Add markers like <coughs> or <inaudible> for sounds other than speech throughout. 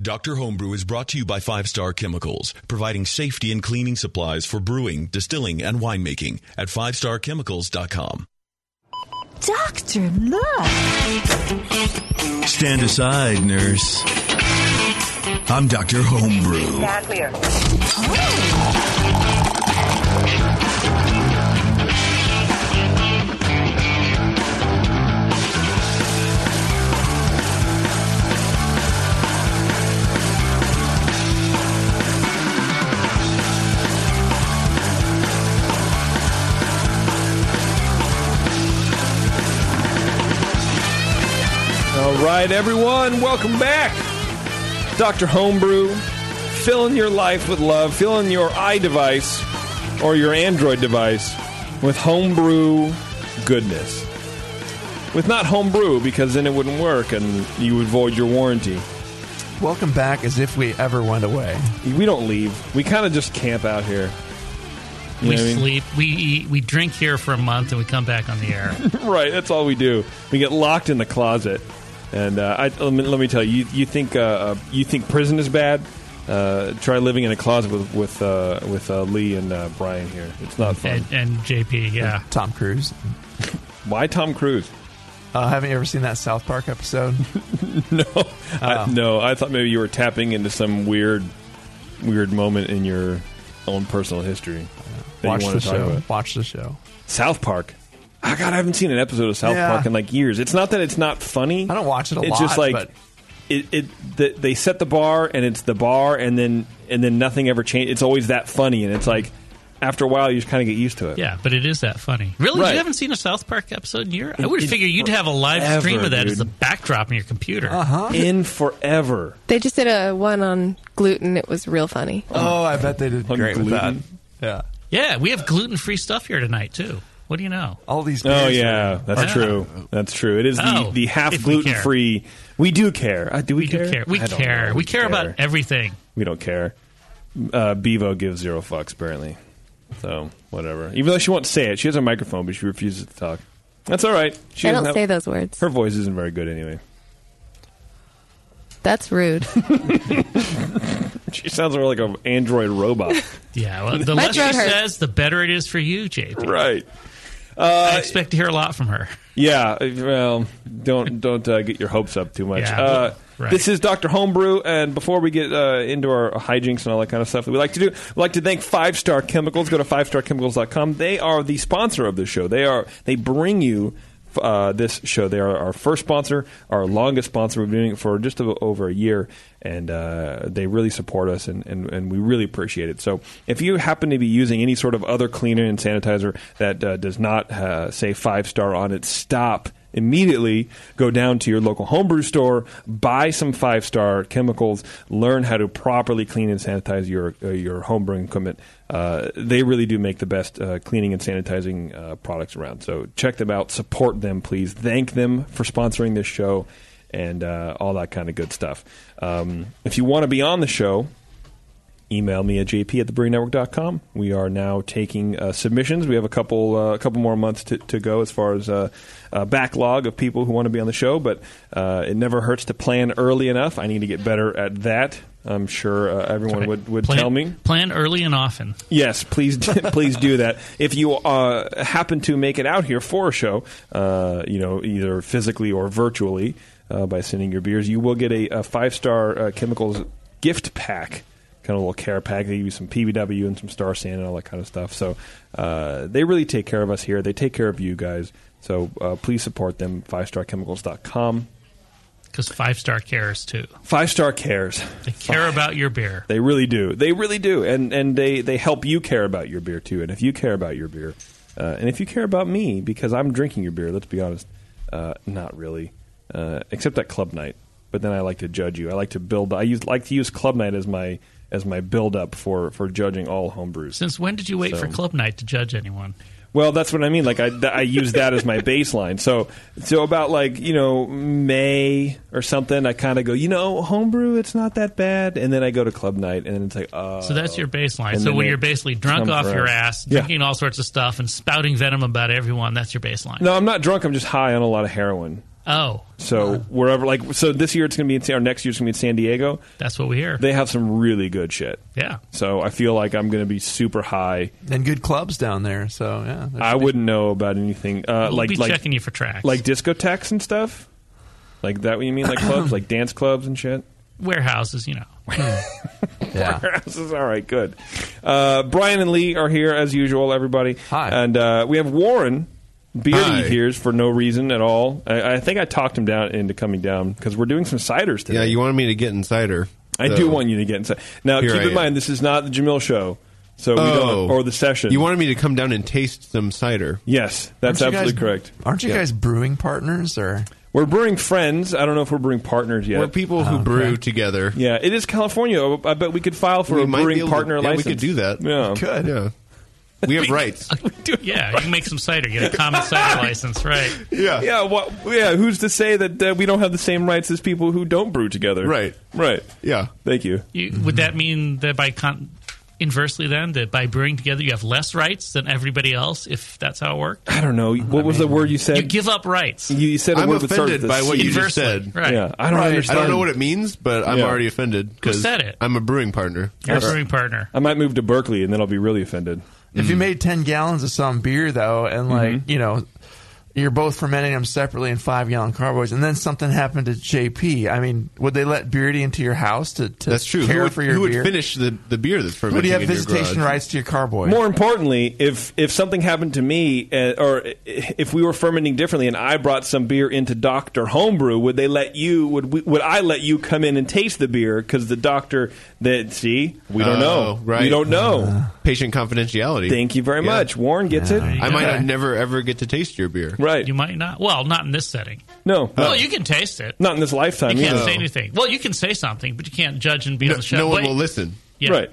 Dr. Homebrew is brought to you by Five Star Chemicals, providing safety and cleaning supplies for brewing, distilling, and winemaking at fivestarchemicals.com. Doctor, look! Stand aside, nurse. I'm Dr. Homebrew. Bad weird. All right, everyone, welcome back. Dr. Homebrew, filling your life with love, filling your iDevice or your Android device with homebrew goodness. With not homebrew, because then it wouldn't work and you would void your warranty. Welcome back as if we ever went away. We don't leave, we kind of just camp out here. You we know what I mean? sleep, we eat, we drink here for a month, and we come back on the air. <laughs> right, that's all we do. We get locked in the closet, and uh, I, let, me, let me tell you, you, you think uh, uh, you think prison is bad? Uh, try living in a closet with with uh, with uh, Lee and uh, Brian here. It's not fun. and, and JP, yeah. Tom Cruise. Why Tom Cruise? Uh, haven't you ever seen that South Park episode? <laughs> no, I, Uh, no. I thought maybe you were tapping into some weird weird moment in your own personal history. that you Watch wanna the talk show. about. Watch the show. South Park. Oh, God, I haven't seen an episode of South Yeah. Park in like years. It's not that it's not funny. I don't watch it a it's lot, just like but- it. it the, they set the bar, and it's the bar, and then and then nothing ever changes. It's always that funny, and it's like after a while, you just kind of get used to it. Yeah, but it is that funny. Really? Right. You haven't seen a South Park episode in a year? I In- would in figure you'd have a live stream forever, of that as the dude. backdrop on your computer. Uh-huh. In forever. They just did a one on gluten. It was real funny. Oh, I bet they did On great with that. gluten. Yeah. Yeah, we have gluten free stuff here tonight, too. What do you know? All these beers Oh are- yeah, that's Yeah. true. That's true. It is the, Oh, the half if we gluten care. free. We do care. Uh, do we, We do care. We I don't care. know. We care about everything. we don't care. Uh, Bevo gives zero fucks apparently. So whatever. Even though she won't say it, she has a microphone, but she refuses to talk. That's all right. She I doesn't don't have- say those words. Her voice isn't very good anyway. <laughs> That's rude. She sounds more like an android robot. <laughs> Yeah, well, the My less she throat hurts. says, the better it is for you, JP. right. Uh, I expect to hear a lot from her. <laughs> Yeah. uh, Well, don't don't uh, get your hopes up too much. Yeah, Uh, right. This is Dr. Homebrew, and before we get uh, into our hijinks and all that kind of stuff that we like to do, we'd like to thank Five Star Chemicals. Go to fivestarchemicals.com. They are the sponsor of this show. They are they bring you uh, this show. They are our first sponsor, our longest sponsor. We've been doing it for just a- over a year, and uh, they really support us, and, and, and we really appreciate it. So, if you happen to be using any sort of other cleaner and sanitizer that uh, does not uh, say five star on it, stop immediately go down to your local homebrew store, buy some five star chemicals, learn how to properly clean and sanitize your uh, your homebrewing equipment. Uh, they really do make the best uh, cleaning and sanitizing uh, products around. So check them out, support them, please. Thank them for sponsoring this show and uh, all that kind of good stuff. Um, if you want to be on the show, email me at jp at thebrewingnetwork.com. We are now taking uh, submissions. We have a couple uh, a couple more months to, to go as far as uh, a backlog of people who want to be on the show, but uh, it never hurts to plan early enough. I need to get better at that. I'm sure uh, everyone would, would plan, tell me. Plan early and often. Yes, please, <laughs> do- please do that. If you uh, happen to make it out here for a show, uh, you know, either physically or virtually, uh, by sending your beers, you will get a, a five star uh, chemicals gift pack, kind of a little care pack. They give you some PBW and some star sand and all that kind of stuff. So uh, they really take care of us here. They take care of you guys. So uh, please support them. FiveStarChemicals.com. Because five star cares too. Five Star Cares. They care about your beer. They really do. They really do, and and they they help you care about your beer too. And if you care about your beer, uh, and if you care about me because I'm drinking your beer, let's be honest, uh, not really, uh, except at club night. But then I like to judge you. I like to build. I use like to use club night as my as my build up for for judging all homebrews. Since when did you wait for So- club night to judge anyone? Well, that's what I mean. Like I, th- I use that as my baseline. So so about like you know May or something. I kind of go you know homebrew. It's not that bad. And then I go to club night, and then it's like oh. So that's your baseline. And So then when it you're basically drunk comes off your around. ass, Yeah. drinking all sorts of stuff, and spouting venom about everyone, that's your baseline. No, I'm not drunk. I'm just high on a lot of heroin. Oh, So wherever, like, so this year it's going to be in San, or next year it's going to be in San Diego. that's what we hear. They have some really good shit. yeah. So I feel like I'm going to be super high. and good clubs down there. So yeah, there's- I wouldn't know about anything uh, We'll like be like checking you for tracks. like discotheques and stuff. Like that, what you <coughs> mean? Like clubs, like dance clubs and shit. warehouses, you <laughs> know. yeah. warehouses. All right, good. Uh, Brian and Lee are here as usual, everybody. Hi. And uh, we have Warren. Beardy Hi. here's for no reason at all. I, I think I talked him down into coming down because we're doing some ciders today. Yeah, you wanted me to get insider. I do want you to get inside. Now, Here keep I in am. mind, this is not the Jamil show, so we Oh, don't, or the session. You wanted me to come down and taste some cider. Yes, that's Aren't you absolutely guys- correct. Aren't you guys brewing partners or? We're brewing friends. I don't know if we're brewing partners yet. We're people who brew together. yeah, it is California. I bet we could file for We a might be brewing able to- partner yeah, we license. could do that. Yeah. Good. Yeah. We have rights. Yeah, you can make some cider, get a <laughs> common cider license, right? Yeah. Yeah, wha- yeah. Who's to say that uh, we don't have the same rights as people who don't brew together? Right. right. Yeah. Thank you. You, would that mean that by con- inversely then that by brewing together you have less rights than everybody else if that's how it worked? I don't know. What was the word you said? You give up rights. You- you said a I'm word that started offended with a by what C. you just Inversely, said. right? Yeah, I don't Right. I understand. don't know what it means, but I'm Yeah. already offended because said it? I'm a brewing partner. Your Or- brewing partner. I might move to Berkeley and then I'll be really offended. If Mm. you made ten gallons of some beer though, Mm-hmm. and like you know, you're both fermenting them separately in five gallon carboys, and then something happened to JP. I mean, would they let Beardy into your house to, to That's true. care who would, for your who would beer? finish the, the beer that's fermenting would you have in your visitation garage? rights to your carboy? More <laughs> importantly, if if something happened to me, uh, or if we were fermenting differently, and I brought some beer into Doctor Homebrew, would they let you? Would we, would I let you come in and taste the beer? Because the doctor that see, we don't Oh, know. right. Uh-huh. We don't know. Uh, Patient confidentiality. Thank you very Yeah. much. Warren gets it. I might Okay. have never ever get to taste your beer. Uh, Right. You might not. Well, not in this setting. no. Well, you can taste it. not in this lifetime. you can't either. say anything. Well, you can say something, but you can't judge and be No, on the show. no one Wait, will listen. yeah. Right.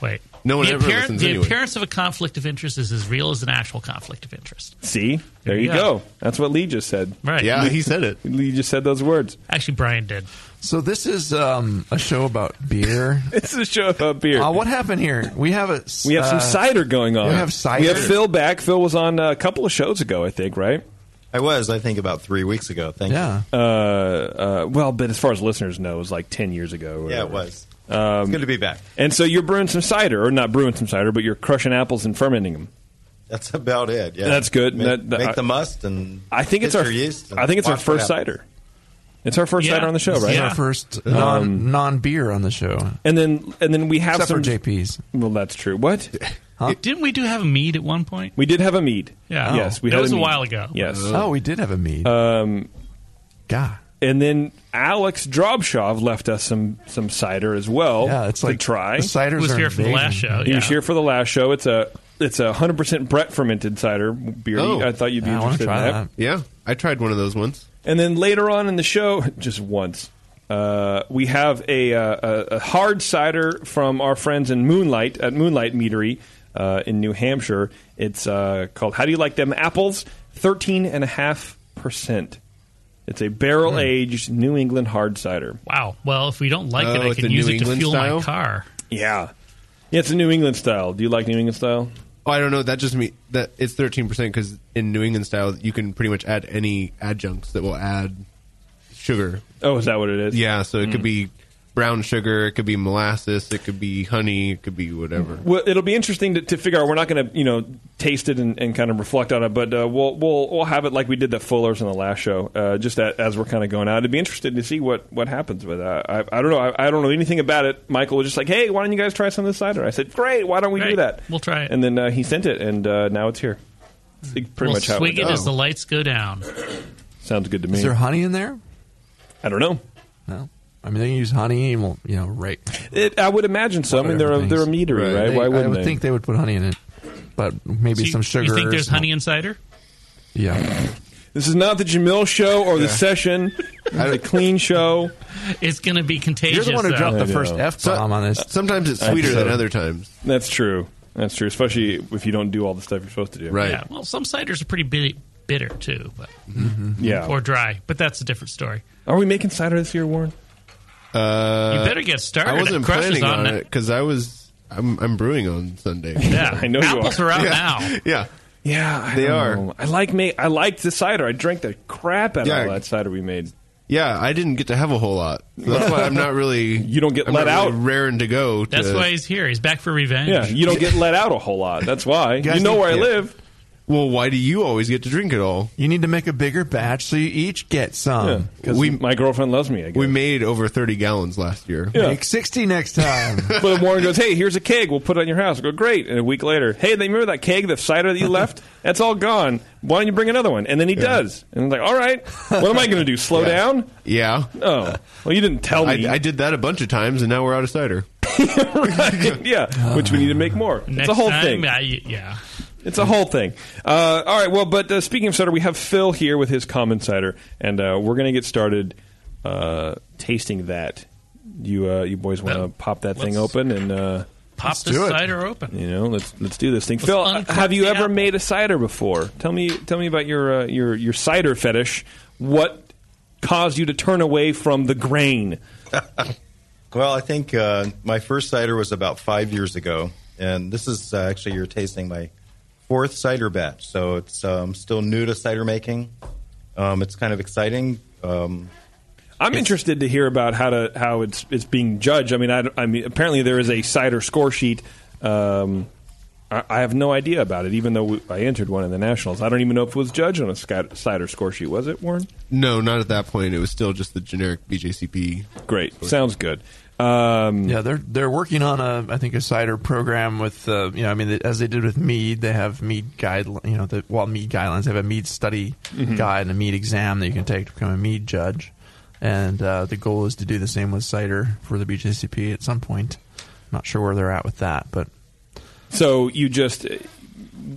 Wait. No one the ever appear- listens The anyway. appearance of a conflict of interest is as real as an actual conflict of interest. See, there you Yeah. go. That's what Lee just said. Right. Yeah, he said it. Lee just said those words. Actually, Brian did. So this is um, a show about beer. It's a show about beer. uh, what happened here? We have a uh, we have some cider going on. we have cider. We have Phil back. Phil was on a couple of shows ago, I think. Right. I was, I think, about three weeks ago. Thank Yeah, Uh, uh, well, but as far as listeners know, it was like ten years ago. or you. Yeah, it whatever. Um, was. it's good to be back. And so you're brewing some cider, or not brewing some cider, but you're crushing apples and fermenting them. That's about it. Yeah, That's good. Make, That- that- make the must, and I think it's get our. your yeast. and I think it's our wash it first out. cider. It's our first Yeah. cider on the show, This is right? Um, our Yeah. first non non beer on the show, And then and then we have except some for JP's. Well, that's true. What? Didn't we do have a mead at one point? We did have a mead. Yeah. Oh. Yes, we That had was a mead. while ago. Yes. Oh, we did have a mead. Um, God. and then Alex Drobshov left us some some cider as well Yeah, it's like to try. The It ciders was are here for the amazing. last show. He Yeah. was here for the last show. It's a it's a hundred percent Brett fermented cider beer. Oh. I thought you'd be Yeah, I want interested to try in that. that. Yeah, I tried one of those once. And then later on in the show, just once, uh, we have a, uh, a, a hard cider from our friends in Moonlight at Moonlight Meadery uh, in New Hampshire. It's uh, called How Do You Like Them Apples? 13.5%. It's a barrel aged New England hard cider. Hmm. Wow. Well, if we don't like Oh, it, I it's can a use New it to England fuel my style? car. Yeah. Yeah, it's a New England style. Do you like New England style? Oh, I don't know. That just means that it's thirteen percent because in New England style, you can pretty much add any adjuncts that will add sugar. Oh, is that what it is? Hmm. Yeah, so it could be brown sugar, it could be molasses, it could be honey, it could be whatever. Well, it'll be interesting to, to figure out. We're not going to, you know, taste it and, and kind of reflect on it, but uh, we'll we'll we'll have it like we did the Fullers in the last show, uh, just a as we're kind of going out. It'd be interesting to see what what happens with that. I, I don't know. I, I don't know anything about it. Michael was just like, "Hey, why don't you guys try some of this cider?" I said, "Great. Why don't we do Great. that? We'll try it. And then uh, he sent it, and uh, now it's here. It's pretty we'll much how swig it, it went. as the lights go down. sounds good to me. Is there honey in there? I don't know. No. I mean, they can use honey and, well, you know, right. It, I would imagine so. I mean, they're a, they're a meadery, right? Right. They- Why I wouldn't would they? think they would put honey in it, but maybe So some you, sugar. You think or there's some- honey in cider? Yeah. This is not the Jamil show or the <laughs> session. It's a clean show. It's going to be contagious. You're the one who though. dropped I the know. first f bomb on this. uh, Sometimes it's sweeter so. than other times. That's true. That's true, especially if you don't do all the stuff you're supposed to do. Right. Yeah. Well, some ciders are pretty bi- bitter too, but, Mm-hmm. Yeah. or dry. But that's a different story. Are we making cider this year, Warren? Uh, You better get started. I wasn't Crush is planning on on that. it because I was I'm, I'm brewing on Sunday. Yeah, I know you apples are. <laughs> out Yeah. now. yeah. Yeah, I They don't are. know. I like ma- I liked the cider. I drank the crap out Yeah. of all that cider we made. Yeah, I didn't get to have a whole lot. So that's why I'm not <laughs> really. You don't get I'm let not really out. raring to go. To, That's why he's here. He's back for revenge. Yeah, you don't get let out a whole lot. That's why. guys You know need- where I yeah. live. Well, why do you always get to drink it all? You need to make a bigger batch so you each get Yeah, some. 'cause we- my girlfriend loves me. I guess. We made over 30 gallons last year. Yeah. Make 60 next time. But Warren goes, "Hey, here's a keg. We'll put it on your house." I go, "Great!" And a week later, "Hey, they remember that keg, the cider that you left? That's all gone. Why don't you bring another one?" And then he does. And I'm like, "All right, what am I going to do? Slow down?" Yeah. Oh, well, you didn't tell I, me. I did that a bunch of times, and now we're out <laughs> of cider. yeah, which we need to make more. <laughs> it's Next a whole time, thing. I, yeah. It's a whole thing. Uh, all right. Well, but uh, speaking of cider, we have Phil here with his common cider, and uh, we're going to get started uh, tasting that. You uh, you boys want to Well, pop that thing let's- open and uh, Pop the do it. cider open. you know let's let's do this thing. Let's Phil, uncork have you the ever apple. made a cider before? Tell me tell me about your uh, your your cider fetish. What caused you to turn away from the grain? <laughs> Well, I think uh, my first cider was about five years ago, and this is uh, actually you're tasting my fourth cider batch, so it's um, still new to cider making. Um, it's kind of exciting. Um, I'm interested to hear about how to how it's it's being judged. I mean, I, I mean, apparently there is a cider score sheet. Um, I, I have no idea about it, even though we, I entered one in the nationals. I don't even know if it was judged on a sci- cider score sheet. Was it, Warren? No, not at that point. It was still just the generic BJCP. Great, sounds good. <laughs> Um, Yeah, they're they're working on a I think a cider program with uh, you know I mean as they did with mead they have mead guide you know the, well mead guidelines they have a mead study Mm-hmm. guide and a mead exam that you can take to become a mead judge, and uh, the goal is to do the same with cider for the BJCP at some point. Not sure where they're at with that, but so you just uh, h-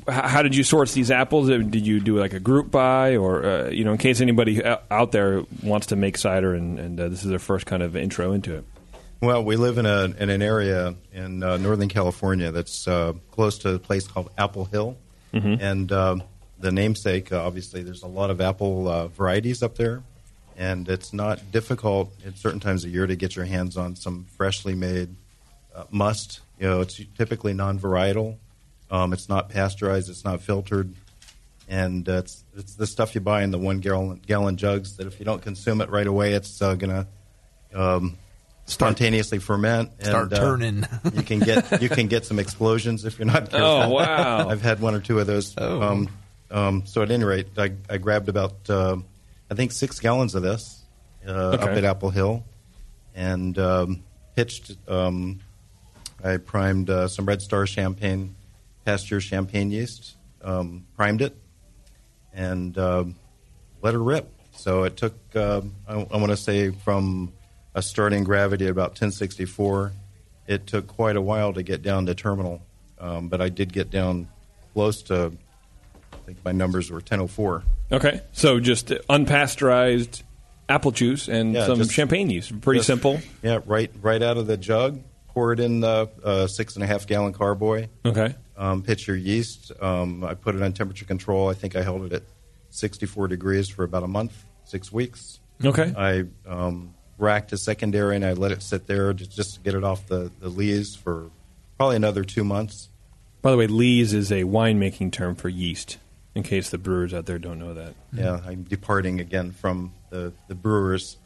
how did you source these apples? Uh, Did you do like a group buy, or uh, you know, in case anybody o- out there wants to make cider and, and uh, this is their first kind of intro into it? well, we live in a in an area in uh, Northern California that's uh, close to a place called Apple Hill, and um, the namesake. Uh, obviously, there's a lot of apple uh, varieties up there, and it's not difficult at certain times of year to get your hands on some freshly made uh, must. You know, it's typically non-varietal. Um, it's not pasteurized. It's not filtered, and uh, it's it's the stuff you buy in the one gallon gallon jugs. That if you don't consume it right away, it's uh, gonna um, spontaneously ferment. And, Start uh, turning. <laughs> you can get you can get some explosions if you're not. Careful. Oh, wow. <laughs> Oh. I've had one or two of those. Um, um, so at any rate, I, I grabbed about uh, I think six gallons of this uh, up Okay. at Apple Hill, and um, pitched. Um, I primed uh, some Red Star champagne, Pasteur champagne yeast, um, primed it, and um let her rip. So it took, um I, I want to say, from a starting gravity at about 1064, it took quite a while to get down to terminal, um, but I did get down close to, I think my numbers were 1004. Okay, so just unpasteurized apple juice and Yeah, some just- champagne yeast. Pretty Just- simple. Yeah, right, right out of the jug, pour it in the uh, six and a half gallon carboy. Okay. um, pitch your yeast. Um, I put it on temperature control. I think I held it at 64 degrees for about a month, six weeks. Okay. I um, racked a secondary and I let it sit there just, just to get it off the, the lees for probably another two months. By the way, lees is a winemaking term for yeast. In case the brewers out there don't know that. Yeah, I'm departing again from the, the brewers.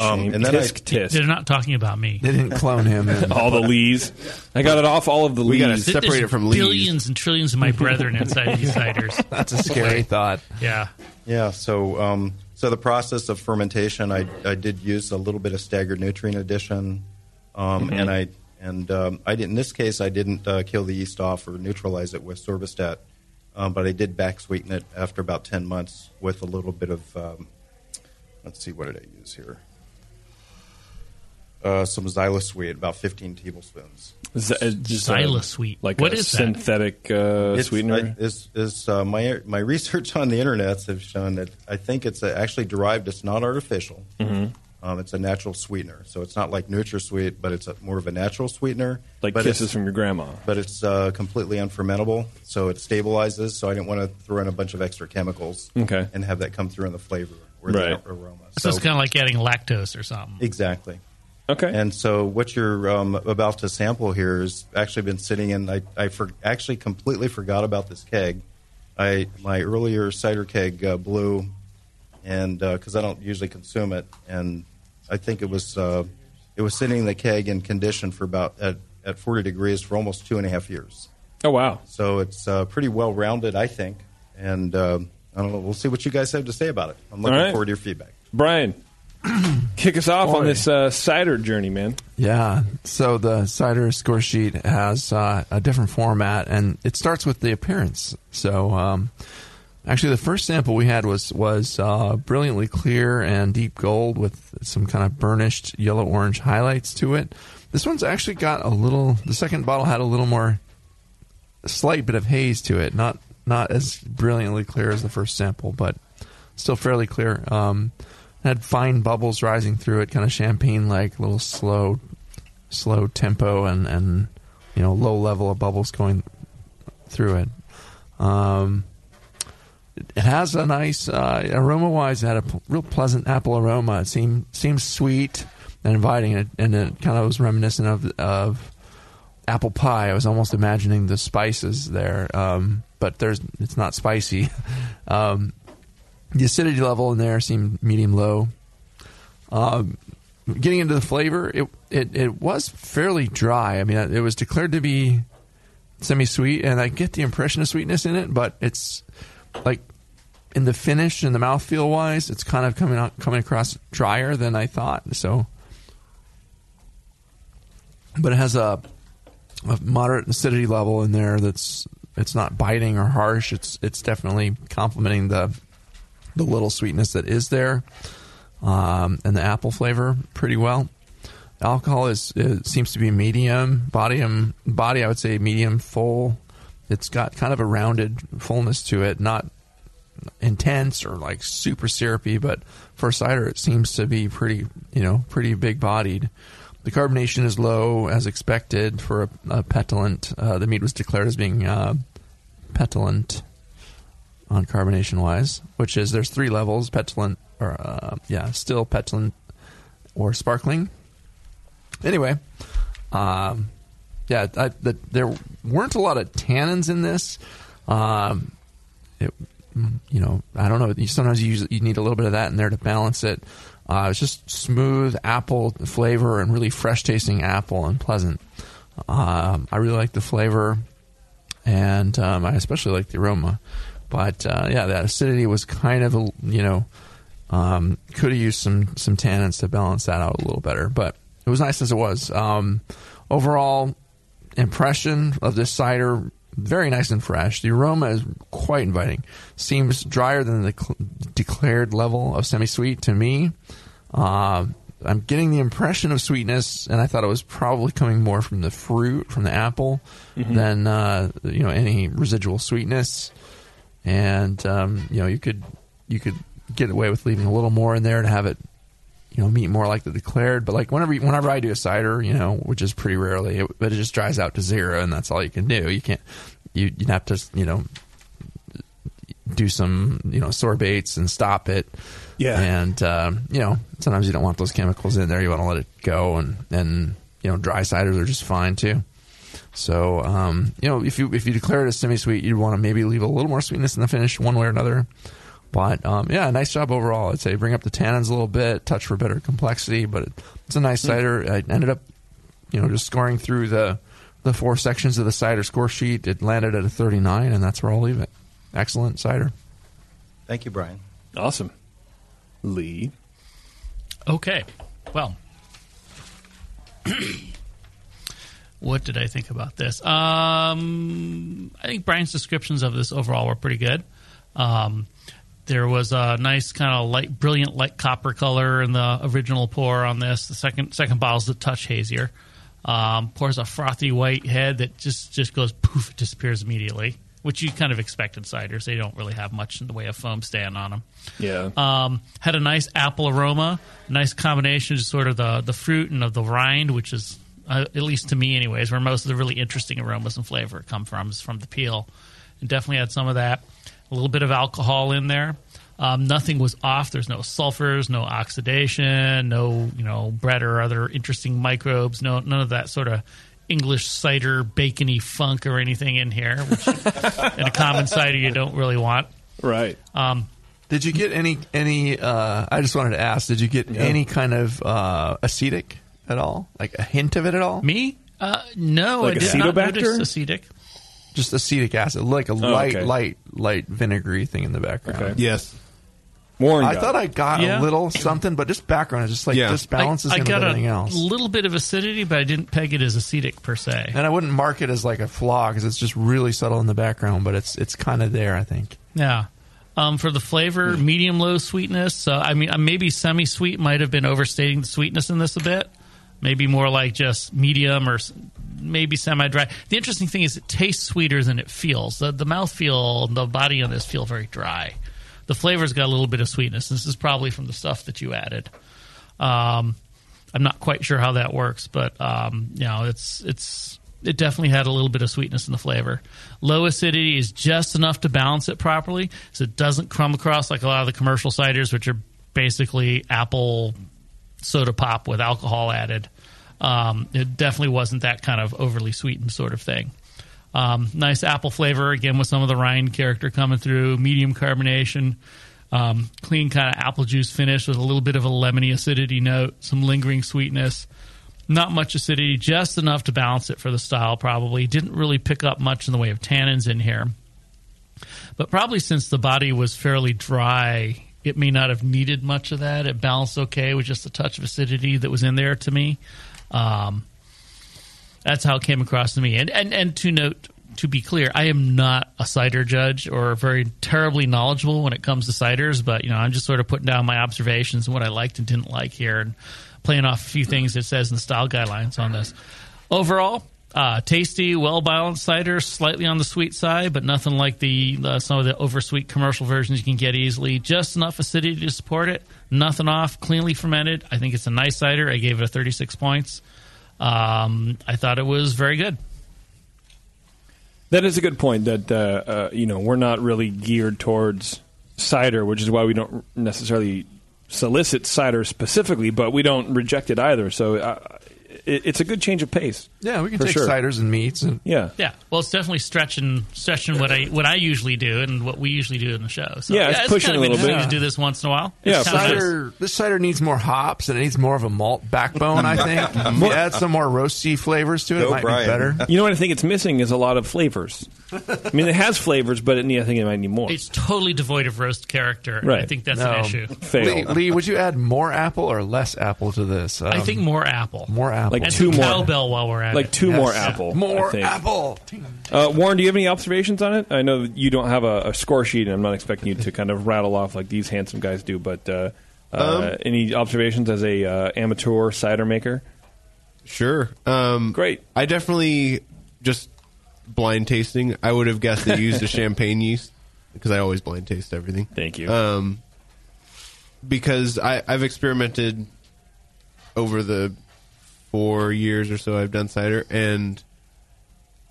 Um, Shame. and then tisk, I, tisk. They're not talking about me. they didn't <laughs> clone him. <laughs> All the lees. I got it off all of the We gotta lees. Separate There's it from leaves. billions and trillions of my brethren inside these ciders. <laughs> That's a scary thought. Yeah. Yeah. So, um, so the process of fermentation, I, I did use a little bit of staggered nutrient addition, Mm-hmm. um, and I and um, I did in this case I didn't uh, kill the yeast off or neutralize it with sorbitrat, um, but I did back sweeten it after about ten months with a little bit of. Um, let's see, what did I use here? Uh, some xylosweet, about fifteen tablespoons. Z- uh, just a- Xylosweet. Like What a is that? synthetic uh, It's- sweetener. I, is is uh, my my research on the internet have shown that I think it's uh actually derived. It's not artificial. Mm-hmm. Um, it's a natural sweetener, so it's not like NutraSweet, but it's a, more of a natural sweetener. like but kisses it's- from your grandma. But it's uh, completely unfermentable, so it stabilizes. So I didn't want to throw in a bunch of extra chemicals, Okay. and have that come through in the flavor or Right. the aroma. So it's kind of like adding lactose or something. exactly. Okay. And so, what you're um, about to sample here has actually been sitting in. I, I for, actually completely forgot about this keg I my earlier cider keg uh, blew, and because I don't usually consume it, and I think it was uh, it was sitting in the keg in condition for about at, at 40 degrees for almost two and a half years. Oh <clears throat> wow. So it's uh, pretty well rounded, I think. And uh, I don't know. We'll see what you guys have to say about it. I'm looking All right. forward to your feedback. Brian, kick us off on Boy. this uh, cider journey, man. Yeah. So the cider score sheet has uh, a different format, and it starts with the appearance. So um, actually, the first sample we had was was uh, brilliantly clear and deep gold with some kind of burnished yellow orange highlights to it. This one's actually got a little. The second bottle had a little more, a slight bit of haze to it. Not not as brilliantly clear as the first sample, but still fairly clear. Um, had fine bubbles rising through it, kind of champagne like, little slow, slow tempo, and and you know low level of bubbles going through it. Um, it it has a nice uh, aroma wise. It had a p- real pleasant apple aroma. It seemed seemed sweet and inviting, and it, and it kind of was reminiscent of of apple pie. I was almost imagining the spices there, um, but there's it's not spicy. <laughs> Um, the acidity level in there seemed medium low. Um, getting into the flavor, it, it it was fairly dry. I mean, it was declared to be semi sweet, and I get the impression of sweetness in it, but it's like in the finish and the mouthfeel wise, it's kind of coming out, coming across drier than I thought. So, but it has a, a moderate acidity level in there that's it's not biting or harsh. It's it's definitely complementing the the little sweetness that is there um, and the apple flavor pretty well. Alcohol is it seems to be medium body um, body. I would say medium full. It's got kind of a rounded fullness to it, not intense or like super syrupy, but for cider it seems to be pretty you know pretty big bodied. The carbonation is low as expected for a, a petulant. Uh, the meat was declared as being uh, petulant on carbonation wise, which is there's three levels: petulant, or uh, yeah, still petulant, or sparkling. Anyway, um, yeah, I, the, there weren't a lot of tannins in this. Um, it, you know, I don't know. You, sometimes you use, you need a little bit of that in there to balance it. Uh, it's just smooth apple flavor and really fresh tasting apple and pleasant. Um, I really like the flavor and um, I especially like the aroma. But uh, yeah, that acidity was kind of a you know um, could have used some some tannins to balance that out a little better. But it was nice as it was. Um, overall impression of this cider very nice and fresh. The aroma is quite inviting. Seems drier than the cl- declared level of semi sweet to me. Uh, I'm getting the impression of sweetness, and I thought it was probably coming more from the fruit, from the apple, than uh, you know any residual sweetness. And um, you know you could you could get away with leaving a little more in there to have it you know meat more like the declared. But like whenever you- whenever I do a cider, you know, which is pretty rarely, it, but it just dries out to zero, and that's all you can do. You can't you you have to you know do some you know sorbates and stop it. Yeah. and um, you know sometimes you don't want those chemicals in there. You want to let it go, and and you know dry ciders are just fine too. So um, you know if you if you declare it as semi sweet, you'd want to maybe leave a little more sweetness in the finish, one way or another. But um, yeah, nice job overall. I'd say bring up the tannins a little bit, touch for better complexity, but it's a nice cider. I ended up, you know, just scoring through the the four sections of the cider score sheet. It landed at a 39, and that's where I'll leave it. Excellent cider. Thank you, Brian. Awesome. Lee. Okay. Well, <clears throat> what did I think about this? Um, I think Brian's descriptions of this overall were pretty good. Um, there was a nice kind of light, brilliant light copper color in the original pour on this. The second second bottle's a touch hazier. Um, pours a frothy white head that just just goes poof, it disappears immediately, which you kind of expect in ciders. They don't really have much in the way of foam stand on them. Yeah. Um, had a nice apple aroma, nice combination of sort of the, the fruit and of the rind, which is, uh, at least to me, anyways, where most of the really interesting aromas and flavor come from is from the peel. And definitely had some of that. A little bit of alcohol in there. Um, nothing was off. There's no sulfurs, no oxidation, no you know bread or other interesting microbes. No none of that sort of English cider bacony funk or anything in here, which in a common cider you don't really want. <laughs> Right. Um, Did you get any any? Uh, I just wanted to ask. Did you get any kind of uh, acetic at all? Like a hint of it at all? me? Uh, no, Like I did not acetobacter? notice acetic. Just acetic acid, like a light, Oh, okay. light, light vinegary thing in the background. Okay. Yes. Warren. I got thought it. I got Yeah. a little something, but just background. It's just like Yeah. just I- balances I, in with got everything a else. little bit of acidity, but I didn't peg it as acetic per se. and I wouldn't mark it as like a flaw because it's just really subtle in the background, but it's it's kind of there. I think. Yeah. Um, for the flavor, medium low sweetness. So I mean, uh, maybe semi sweet might have been overstating the sweetness in this a bit. Maybe more like just medium or s- maybe semi dry. The interesting thing is it tastes sweeter than it feels. The, the mouthfeel and the body on this feel very dry. The flavor's got a little bit of sweetness. This is probably from the stuff that you added. Um, I'm not quite sure how that works, but um, you know, it's it's it definitely had a little bit of sweetness in the flavor. Low acidity is just enough to balance it properly, so it doesn't come across like a lot of the commercial ciders, which are basically apple soda pop with alcohol added. Um, it definitely wasn't that kind of overly sweetened sort of thing. Um, nice apple flavor again with some of the rind character coming through. Medium carbonation, um, clean kind of apple juice finish with a little bit of a lemony acidity note, some lingering sweetness. Not much acidity, just enough to balance it for the style. Probably didn't really pick up much in the way of tannins in here, but probably since the body was fairly dry, it may not have needed much of that. It balanced okay with just a touch of acidity that was in there to me. Um, that's how it came across to me. And and and to note, to be clear, I am not a cider judge or very terribly knowledgeable when it comes to ciders. But you know, I'm just sort of putting down my observations and what I liked and didn't like here, and playing off a few things it says in the style guidelines on this. Overall. Uh, tasty, well balanced cider, slightly on the sweet side, but nothing like the uh, some of the oversweet commercial versions you can get easily. Just enough acidity to support it, nothing off, cleanly fermented. I think it's a nice cider. I gave it a 36 points. Um, I thought it was very good. That is a good point. That uh, uh, you know we're not really geared towards cider, which is why we don't necessarily solicit cider specifically, but we don't reject it either. So uh, it, it's a good change of pace. Yeah, we can for take sure. ciders and meats and Yeah, Yeah, well, it's definitely stretching stretching what I what I usually do and what we usually do in the show. So, Yeah, it's pushing a kind of little interesting bit. To do this once in a while, Yeah, It's kinda nice. cider. This cider needs more hops and it needs more of a malt backbone. <laughs> I think. If you add some more roasty flavors to it, Go it might Brian. be better. you know what I think it's missing is a lot of flavors. I mean, it has flavors, but it need, I think it might need more. It's totally devoid of roast character. and I Right. think that's No. an issue. Lee, Fail. Lee, would you add more apple or less apple to this? I Um, think more apple, more apple. Like and two some more. cowbell while we're at Like it. two Yes. more apple. I More think. apple. Uh, Warren, do you have any observations on it? I know that you don't have a, a score sheet, and I'm not expecting you to kind of rattle off like these handsome guys do. But uh, uh, Um, any observations as a uh, amateur cider maker? Sure. Um, Great. I definitely just blind tasting. I would have guessed they <laughs> used a champagne yeast because I always blind taste everything. Thank you. Um, because I, I've experimented over the four years or so I've done cider, and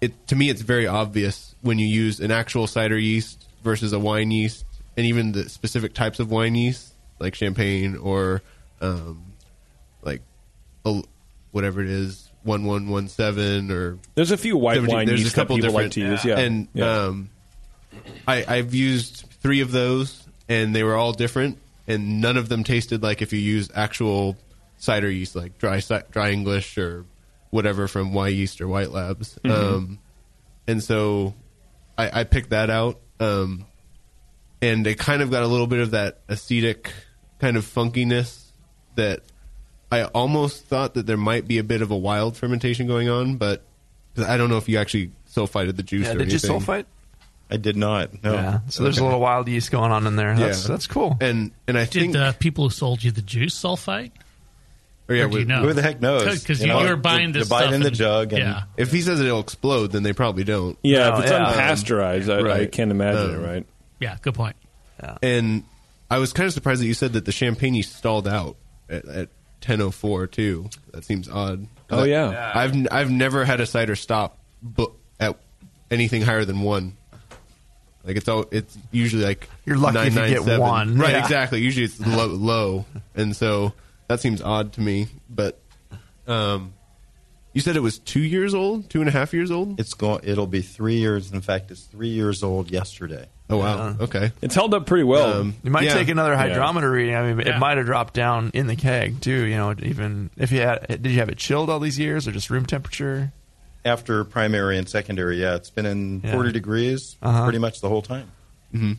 it to me it's very obvious when you use an actual cider yeast versus a wine yeast, and even the specific types of wine yeast like champagne or um, like a, whatever it is one one one seven or There's a few white 17. wine There's yeast a couple that people like different to use. Yeah, and Yeah. um, I, I've used three of those, and they were all different, and none of them tasted like if you use actual cider yeast, like dry ci- dry English or whatever from Y Yeast or White Labs. Mm-hmm. Um, and so I, I picked that out, um, and it kind of got a little bit of that acetic kind of funkiness that I almost thought that there might be a bit of a wild fermentation going on, but 'cause I don't know if you actually sulfited the juice. Yeah, or did you anything. sulfite? I did not. No. Yeah. So there's a little wild yeast going on in there. That's, that's cool. And and I Did think the people who sold you the juice sulfite? or oh, yeah, Or do you we- know? Who the heck knows? Because You you, know, were the- buying the this bite stuff in the and- jug and- yeah. if he says it'll explode, then they probably don't. yeah, if No, it's yeah. unpasteurized, I, I Right. can't imagine Um, it. Right? yeah, good point. And I was kind of surprised that you said that the champagne you stalled out at, at 10:04 too. That seems odd. Oh, I- yeah. Yeah. I've n- I've never had a cider stop bu- at anything higher than one. Like it's all it's usually like You're lucky if you get 997. one. right? Yeah. Exactly. Usually it's <laughs> low, low, and so that seems odd to me. But um, You said it was two years old, two and a half years old. It's going. It'll be three years. In fact, it's three years old yesterday. Oh wow. Okay. It's held up pretty well. Um, You might Yeah. take another hydrometer reading. I mean, Yeah. it might have dropped down in the keg too. You know, even if you had, did you have it chilled all these years or just room temperature? After primary and secondary, yeah, it's been in Yeah. 40 degrees Uh-huh. pretty much the whole time. mm-hmm.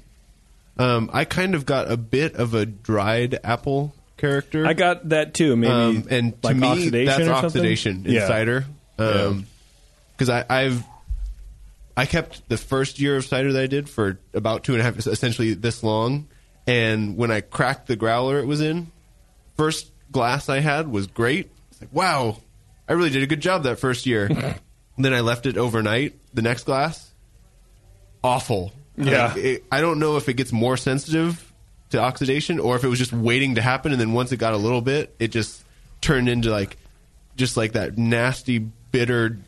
Um, I kind of got a bit of a dried apple character. I got that too. Maybe um, and like to me, oxidation that's or something? oxidation in Yeah. cider. Because I, I've I kept the first year of cider that I did for about two and a half, essentially this long. And when I cracked the growler it was in, first glass I had was great. It's like, wow, I really did a good job that first year. then I left it overnight. The next glass, awful. Yeah. Like, it, I don't know if it gets more sensitive to oxidation or if it was just waiting to happen. And then once it got a little bit, it just turned into like, just like that nasty, bitter,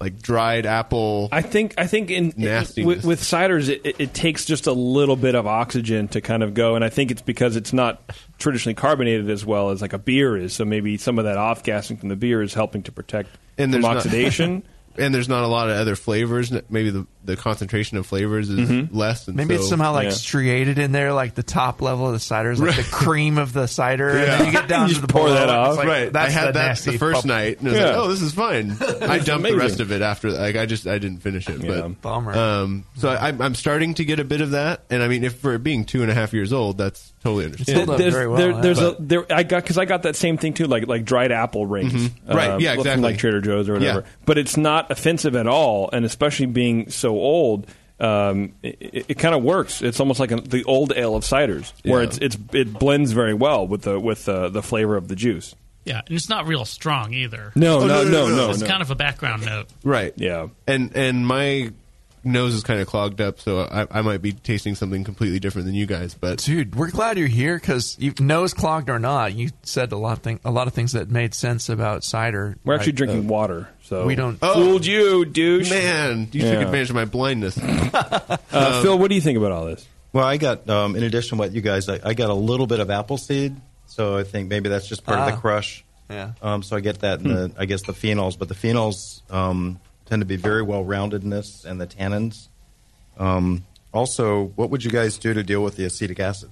like dried apple. I think I think in Nastiness. with, with ciders it, it, it takes just a little bit of oxygen to kind of go, and I think it's because it's not traditionally carbonated as well as like a beer is. So maybe some of that off gassing from the beer is helping to protect And from there's not- <laughs> oxidation. and there's not a lot of other flavors. Maybe the, the concentration of flavors is less. And Maybe it's so- somehow like Mm-hmm. yeah. striated in there, like the top level of the cider is like the cream of the cider, and Yeah. then you get <laughs> down You to the just pour below, that and it's off. like, right. That's I had the that nasty the first bubble. night, and I was like, Yeah. "Oh, this is <laughs> fine." I dumped amazing. the rest of it after. Like, I just I didn't finish it. Yeah. But Bummer. Um, so I, I'm starting to get a bit of that, and I mean, if for it being two and a half years old, that's totally It's understandable. held up there's, very well, there, yeah. there's a there I got because I got that same thing too, like like dried apple rings, Mm-hmm. um, Right, yeah, from, exactly. like Trader Joe's or whatever. Yeah. But it's not offensive at all, and especially being so old, um, it, it kind of works. It's almost like a, the old ale of ciders, where Yeah. it's it's it blends very well with the with the, the flavor of the juice. Yeah, and it's not real strong either. Oh, No, no, no, no, it's kind of a background note. Right. Yeah. And and my nose is kind of clogged up, so I, I might be tasting something completely different than you guys. But Dude, we're glad you're here because nose clogged or not, you said a lot of thing, a lot of things that made sense about cider. We're actually Like, uh, drinking water, so we don't- Oh. fooled you, douche. man, you Yeah. took advantage of my <laughs> blindness. Um, Uh, Phil, what do you think about all this? Well, I got um, in addition to what you guys, I, I got a little bit of apple seed, so I think maybe that's just part of Ah. the crush. Yeah. Um, so I get that, in the, I guess the phenols, but the phenols um, tend to be very well rounded in this, and the tannins. Um, also, what would you guys do to deal with the acetic acid?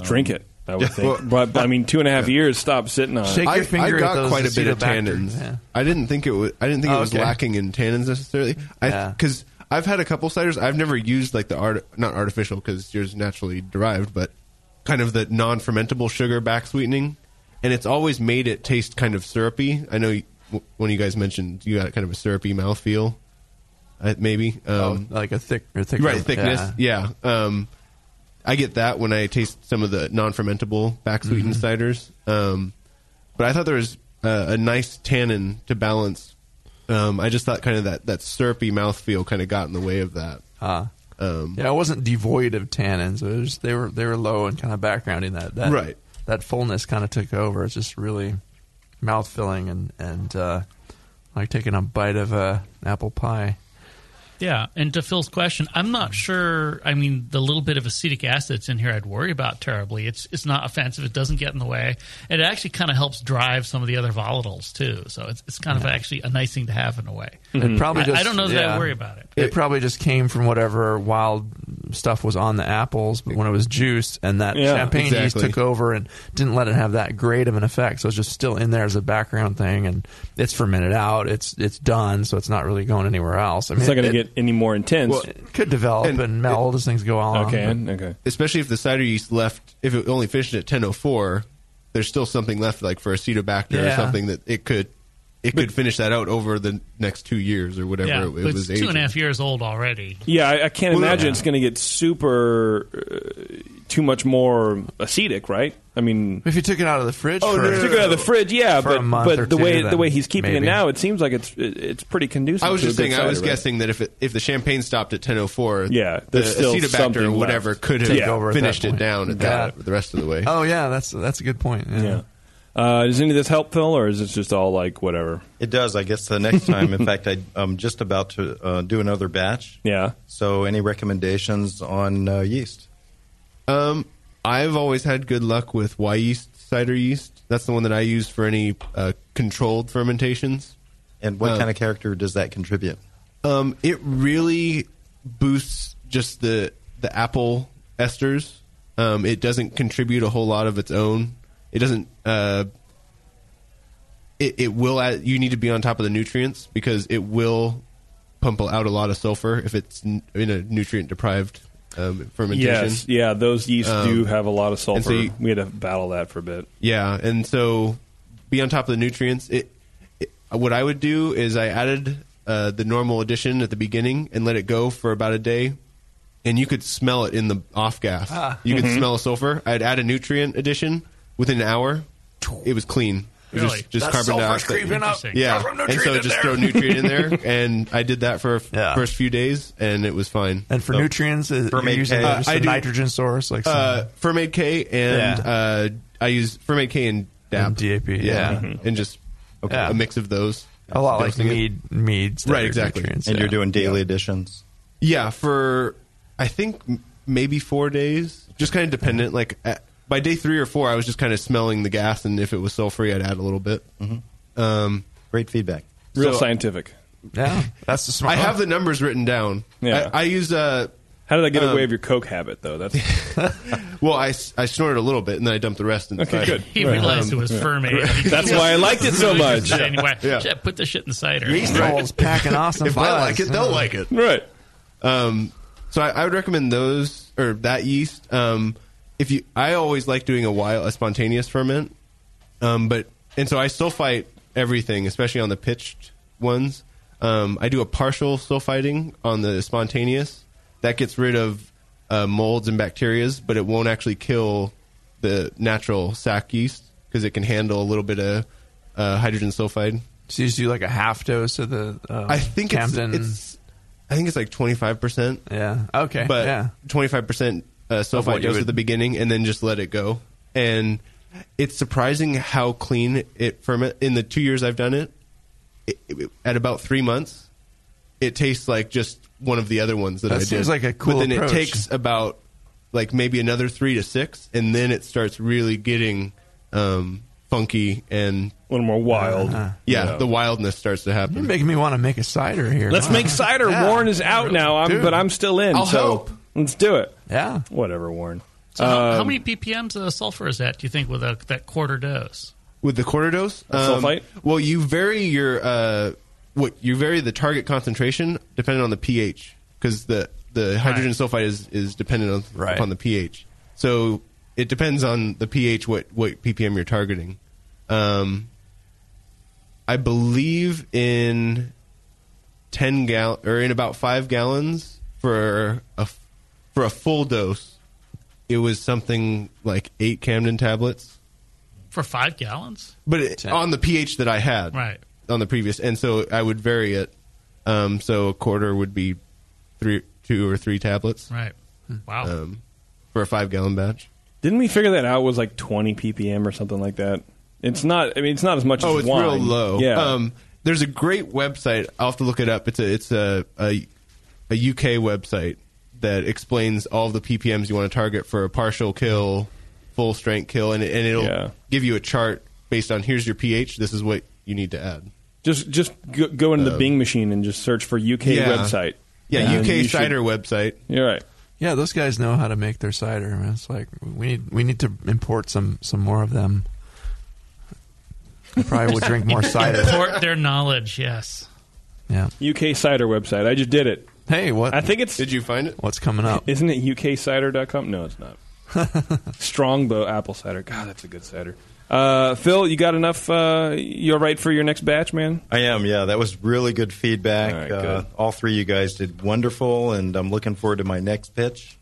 Drink it. I would Um, <laughs> well- think, but I mean, two and a <laughs> half years. Stop sitting on. it. Shake I, your finger I at got those quite a bit of acetobacter. tannins. Yeah. I didn't think it was. I didn't think Oh, it was okay. lacking in tannins necessarily. Yeah. I because I've had a couple ciders. I've never used like the art, not artificial because yours naturally derived, but kind of the non-fermentable sugar back sweetening, and it's always made it taste kind of syrupy. I know you, w- one of you guys mentioned you got kind of a syrupy mouthfeel, uh, maybe. Um, like a thick or thick right thickness yeah, um i get that when i taste some of the non-fermentable back sweetened ciders um but i thought there was uh, a nice tannin to balance um i just thought kind of that that syrupy mouthfeel kind of got in the way of that Ah. um Yeah, it wasn't devoid of tannins. It was, they were they were low and kind of backgrounding that. that Right. That fullness kind of took over. It's just really mouth filling and and uh, like taking a bite of uh, an apple pie. Yeah, and to Phil's question, I'm not sure. I mean, the little bit of acetic acid that's in here, I'd worry about terribly. It's it's not offensive. It doesn't get in the way, and it actually kind of helps drive some of the other volatiles too. So it's it's kind of actually a nice thing to have in a way. It probably Mm-hmm. I- just I don't know that I yeah. worry about it. It probably just came from whatever wild stuff was on the apples, but when it was juiced and that Yeah, champagne yeast exactly. took over and didn't let it have that great of an effect, so it's just still in there as a background thing, and it's fermented out. It's it's done, so it's not really going anywhere else. I mean, It's not going it- to get any more intense. it could develop and, and meld as things go on. okay, but- okay. especially if the cider yeast left if it only finished at 1004 there's still something left like for acetobacter Yeah. or something that it could it could finish that out over the next two years or whatever Yeah, it, but it was it's two and aging. a half years old already. Yeah, I, I can't Well, imagine yeah. it's going to get super uh, too much more acetic, right? I mean, If you took it out of the fridge, oh, for, no, took it out of the fridge, yeah, for but a month or but the two, way the then way he's keeping maybe. it now, it seems like it's it, it's pretty conducive. I was to a just good saying. I cider, was right? guessing that if it, if the champagne stopped at ten oh four, Yeah, the there's still acetobacter something or left. whatever could have Take over at that finished it point. down at Yeah. that the rest of the way. Oh yeah, that's that's a good point. Yeah. Yeah. Uh, does any of this help, Phil, or is this just all like whatever? It does, I guess. The next time, in <laughs> fact, I, I'm just about to uh, do another batch. Yeah. So, any recommendations on uh, yeast? Um, I've always had good luck with Y yeast cider yeast. That's the one that I use for any uh, controlled fermentations. And what Uh, kind of character does that contribute? Um, it really boosts just the the apple esters. Um, it doesn't contribute a whole lot of its own. It doesn't. Uh, it, it will. Add, you need to be on top of the nutrients because it will pump out a lot of sulfur if it's n- in a nutrient deprived um, fermentation. Um, Yes, yeah, those yeasts do have a lot of sulfur. and so you- we had to battle that for a bit. Yeah, and so be on top of the nutrients. It, it what I would do is I added uh, the normal addition at the beginning and let it go for about a day, and you could smell it in the off gas. Ah. You Mm-hmm. could smell sulfur. I'd add a nutrient addition within an hour. It was clean. It was Really? Just, just carbon dioxide. Interesting. Yeah, Throw nutrient and so in just there. throw nutrient in <laughs> there, and I did that for f- Yeah. first few days, and it was fine. And for So- nutrients, uh, you're Fermate using K. just Uh, I a do- nitrogen source, like some, uh, Fermate K and Yeah. uh, I use Fermate K and DAP. And DAP, yeah. Mm-hmm. And just okay, Yeah. a mix of those. a lot like Dosing it. mead, meads, Right, exactly. And you're doing daily additions. Yeah, for I think m- maybe four days. Just kind of dependent. Like at, by day three or four, I was just kind of smelling the gas, and if it was sulfury, I'd add a little bit. Mm-hmm. Um, Great feedback. Real So- scientific. Yeah, <laughs> that's the I smart. have the numbers written down. Yeah. I, I use uh, How did I get Um, away with your coke habit though? That's <laughs> well, I, s- I snorted a little bit, and then I dumped the rest in the okay. cider. Good. He realized it was Um, <laughs> fermented. That's why I liked it so Really much. shit Anyway, Yeah. Shit, put the shit in the cider. yeast rolls packing awesome. If I buzz. like <laughs> it, they'll like it. Right. Um, so I, I would recommend those or that yeast. Um, if you, I always like doing a wild, a spontaneous ferment. Um, but and so I sulfite everything, especially on the pitched ones. Um, I do a partial sulfiting on the spontaneous. That gets rid of uh, molds and bacterias, but it won't actually kill the natural sac yeast because it can handle a little bit of uh, hydrogen sulfide. So you just do like a half dose of the. Um, I think it's, Camden. it's I think it's like twenty five percent yeah. Okay. yeah. but twenty five percent uh, Of sulfite what you dose would- at the beginning, and then just let it go. And it's surprising how clean it ferment in the two years I've done it. it, it- at about three months, it tastes like just one of the other ones that, That I did. seems like a cool But then approach. it takes about like maybe another three to six, and then it starts really getting um, funky and A little more wild. Uh-huh. yeah, the wildness starts to happen. You're making me want to make a cider here. Let's Wow. make cider. Yeah. Warren is out now, I'm, Dude. but I'm still in. I'll so help. let's do it. Yeah. Whatever, Warren. Um, So how, um, how many ppms of sulfur is that? Do you think with a, that quarter dose? With the quarter dose, sulfite? um, Well, you vary your uh, what you vary the target concentration depending on the pH because the the hydrogen sulfide is is dependent on, Right. upon the pH. So it depends on the pH what what ppm you're targeting. Um, I believe in ten gal or in about five gallons for a f- for a full dose. It was something like eight Camden tablets For five gallons? but it, Ten. on the pH that I had, Right. on the previous, and so I would vary it. Um, so a quarter would be three, two or three tablets Right. Hmm. Wow. um, for a five gallon batch. Didn't we figure that out was like 20 ppm or something like that? It's not. I mean, it's not as much Oh, as it's wine. real low. Yeah. Um, there's a great website. I'll have to look it up. It's a it's a a, a UK website that explains all the ppms you want to target for a partial kill, full strength kill, and, it, and it'll Yeah. give you a chart based on here's your pH. This is what you need to add. just just go, go into the Bing machine and just search for UK uh, Yeah. website. Yeah, And you UK should- cider website. You're right. Yeah, those guys know how to make their cider. Man. It's like we need we need to import some some more of them. I probably would drink <laughs> more <laughs> cider. Import their knowledge, yes. Yeah. UK cider website. I just did it. Hey, what I think it's Did you find it? what's coming up? Isn't it ukcider.com? No, it's <laughs> not. Strongbow apple cider. God, that's a good cider. Uh, Phil, you got enough? Uh, you're right for your next batch, man. I am, yeah. That was really good feedback. All right, Uh, good. all three of you guys did wonderful, and I'm looking forward to my next pitch. And, uh,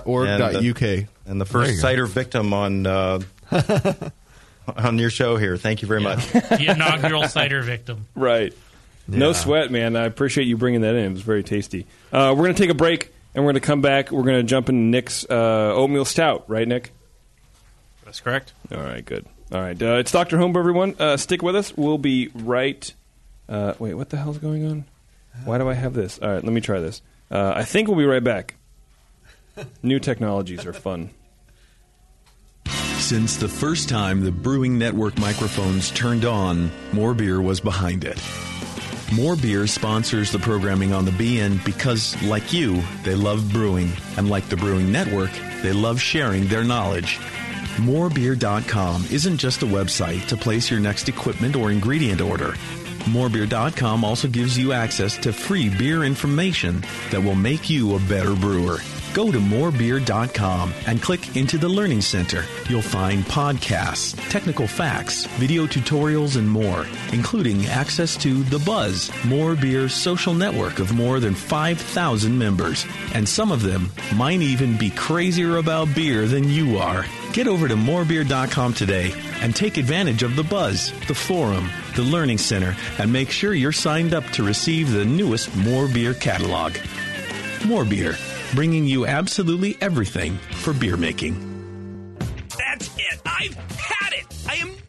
cider.org.uk. And the There you first go. cider victim <laughs> on uh, on your show here. Thank you very much. <laughs> The inaugural cider victim. Right. No Yeah. sweat, man. I appreciate you bringing that in. It was very tasty. Uh, we're gonna take a break and we're gonna come back. We're gonna jump into Nick's uh, oatmeal stout, right, Nick? That's correct. All right, good. All right, uh, it's Doctor Home, everyone. Uh, stick with us. We'll be right. Uh, wait, what the hell's going on? Why do I have this? All right, let me try this. Uh, I think we'll be right back. New technologies are fun. Since the first time the Brewing Network microphones turned on, More Beer was behind it. More Beer sponsors the programming on the BN because, like you, they love brewing, and like the Brewing Network, they love sharing their knowledge. Morebeer.com isn't just a website to place your next equipment or ingredient order. Morebeer.com also gives you access to free beer information that will make you a better brewer. Go to morebeer.com and click into the Learning Center. You'll find podcasts, technical facts, video tutorials, and more, including access to The Buzz, More Beer's social network of more than 5,000 members. And some of them might even be crazier about beer than you are. Get over to morebeer.com today and take advantage of The Buzz, the forum, the Learning Center, and make sure you're signed up to receive the newest More Beer catalog. More Beer, bringing you absolutely everything for beer making. That's it. I've had it. I am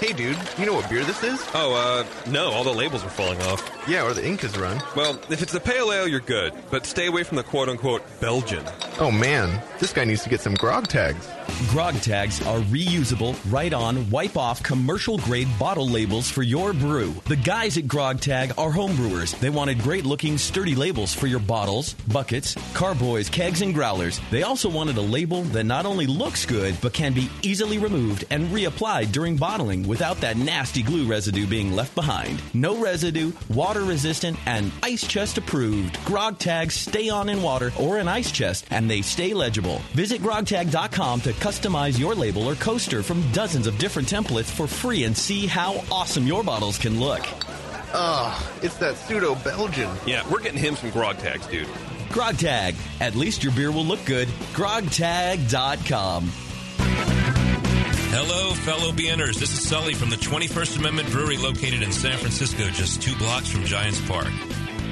Hey, dude, you know what beer this is? Oh, uh, no, all the labels are falling off. Yeah, or the ink is run. Well, if it's the pale ale, you're good, but stay away from the quote unquote Belgian. Oh man, this guy needs to get some grog tags. Grog tags are reusable, write on, wipe off commercial grade bottle labels for your brew. The guys at Grog Tag are homebrewers. They wanted great looking, sturdy labels for your bottles, buckets, carboys, kegs, and growlers. They also wanted a label that not only looks good, but can be easily removed and reapplied during bottling without that nasty glue residue being left behind. No residue, water resistant, and ice chest approved. Grog tags stay on in water or an ice chest, and they stay legible. Visit grogtag.com to customize your label or coaster from dozens of different templates for free and see how awesome your bottles can look. Ugh, it's that pseudo Belgian. Yeah, we're getting him some grog tags, dude. Grog Tag. At least your beer will look good. GrogTag.com. Hello, fellow BNers. This is Sully from the 21st Amendment Brewery located in San Francisco, just two blocks from Giants Park.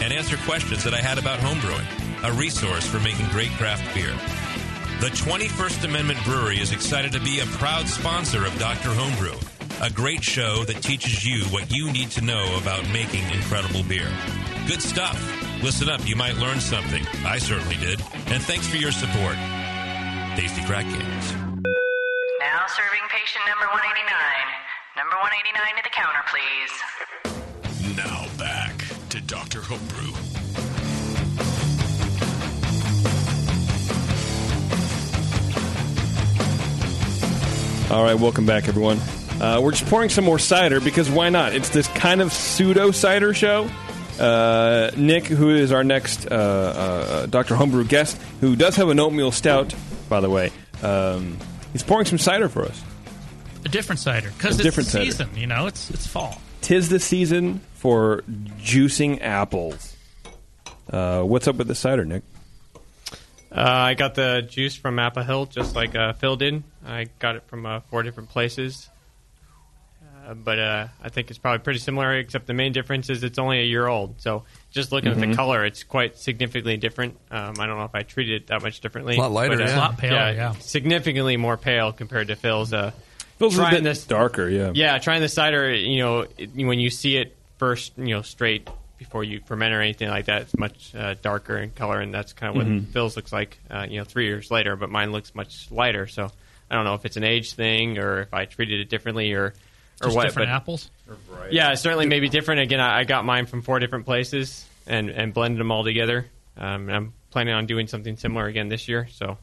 and answer questions that I had about homebrewing, a resource for making great craft beer. The 21st Amendment Brewery is excited to be a proud sponsor of Dr. Homebrew, a great show that teaches you what you need to know about making incredible beer. Good stuff. Listen up, you might learn something. I certainly did. And thanks for your support. Tasty Crack Games. Now serving patient number 189. Number 189 to the counter, please. Now back to Dr. Homebrew. All right, welcome back, everyone. Uh, we're just pouring some more cider because why not? It's this kind of pseudo cider show. Uh, Nick, who is our next uh, uh, Dr. Homebrew guest, who does have an oatmeal stout, by the way, um, he's pouring some cider for us. A different cider because A it's different the cider. season. You know, it's it's fall. Tis the season for juicing apples. Uh, what's up with the cider, Nick? Uh, I got the juice from Appa Hill, just like uh, Phil did. I got it from uh, four different places. Uh, but uh, I think it's probably pretty similar, except the main difference is it's only a year old. So just looking at Mhm. the color, it's quite significantly different. Um, I don't know if I treated it that much differently. A lot lighter, but, uh, yeah. A lot paler, yeah. Significantly more pale compared to Phil's. Uh, Feels a trying bit this darker, yeah. yeah, trying the cider, you know, it- when you see it first, you know, straight before you ferment or anything like that, it's much uh, darker in color, and that's kind of what Mhm. Phil's looks like, uh, you know, three years later. But mine looks much lighter, so I don't know if it's an age thing or if I treated it differently or or Just what. different but- apples? Or variety. Yeah, certainly maybe different. Again, I, I got mine from four different places and and blended them all together. Um, and I'm planning on doing something similar again this year. So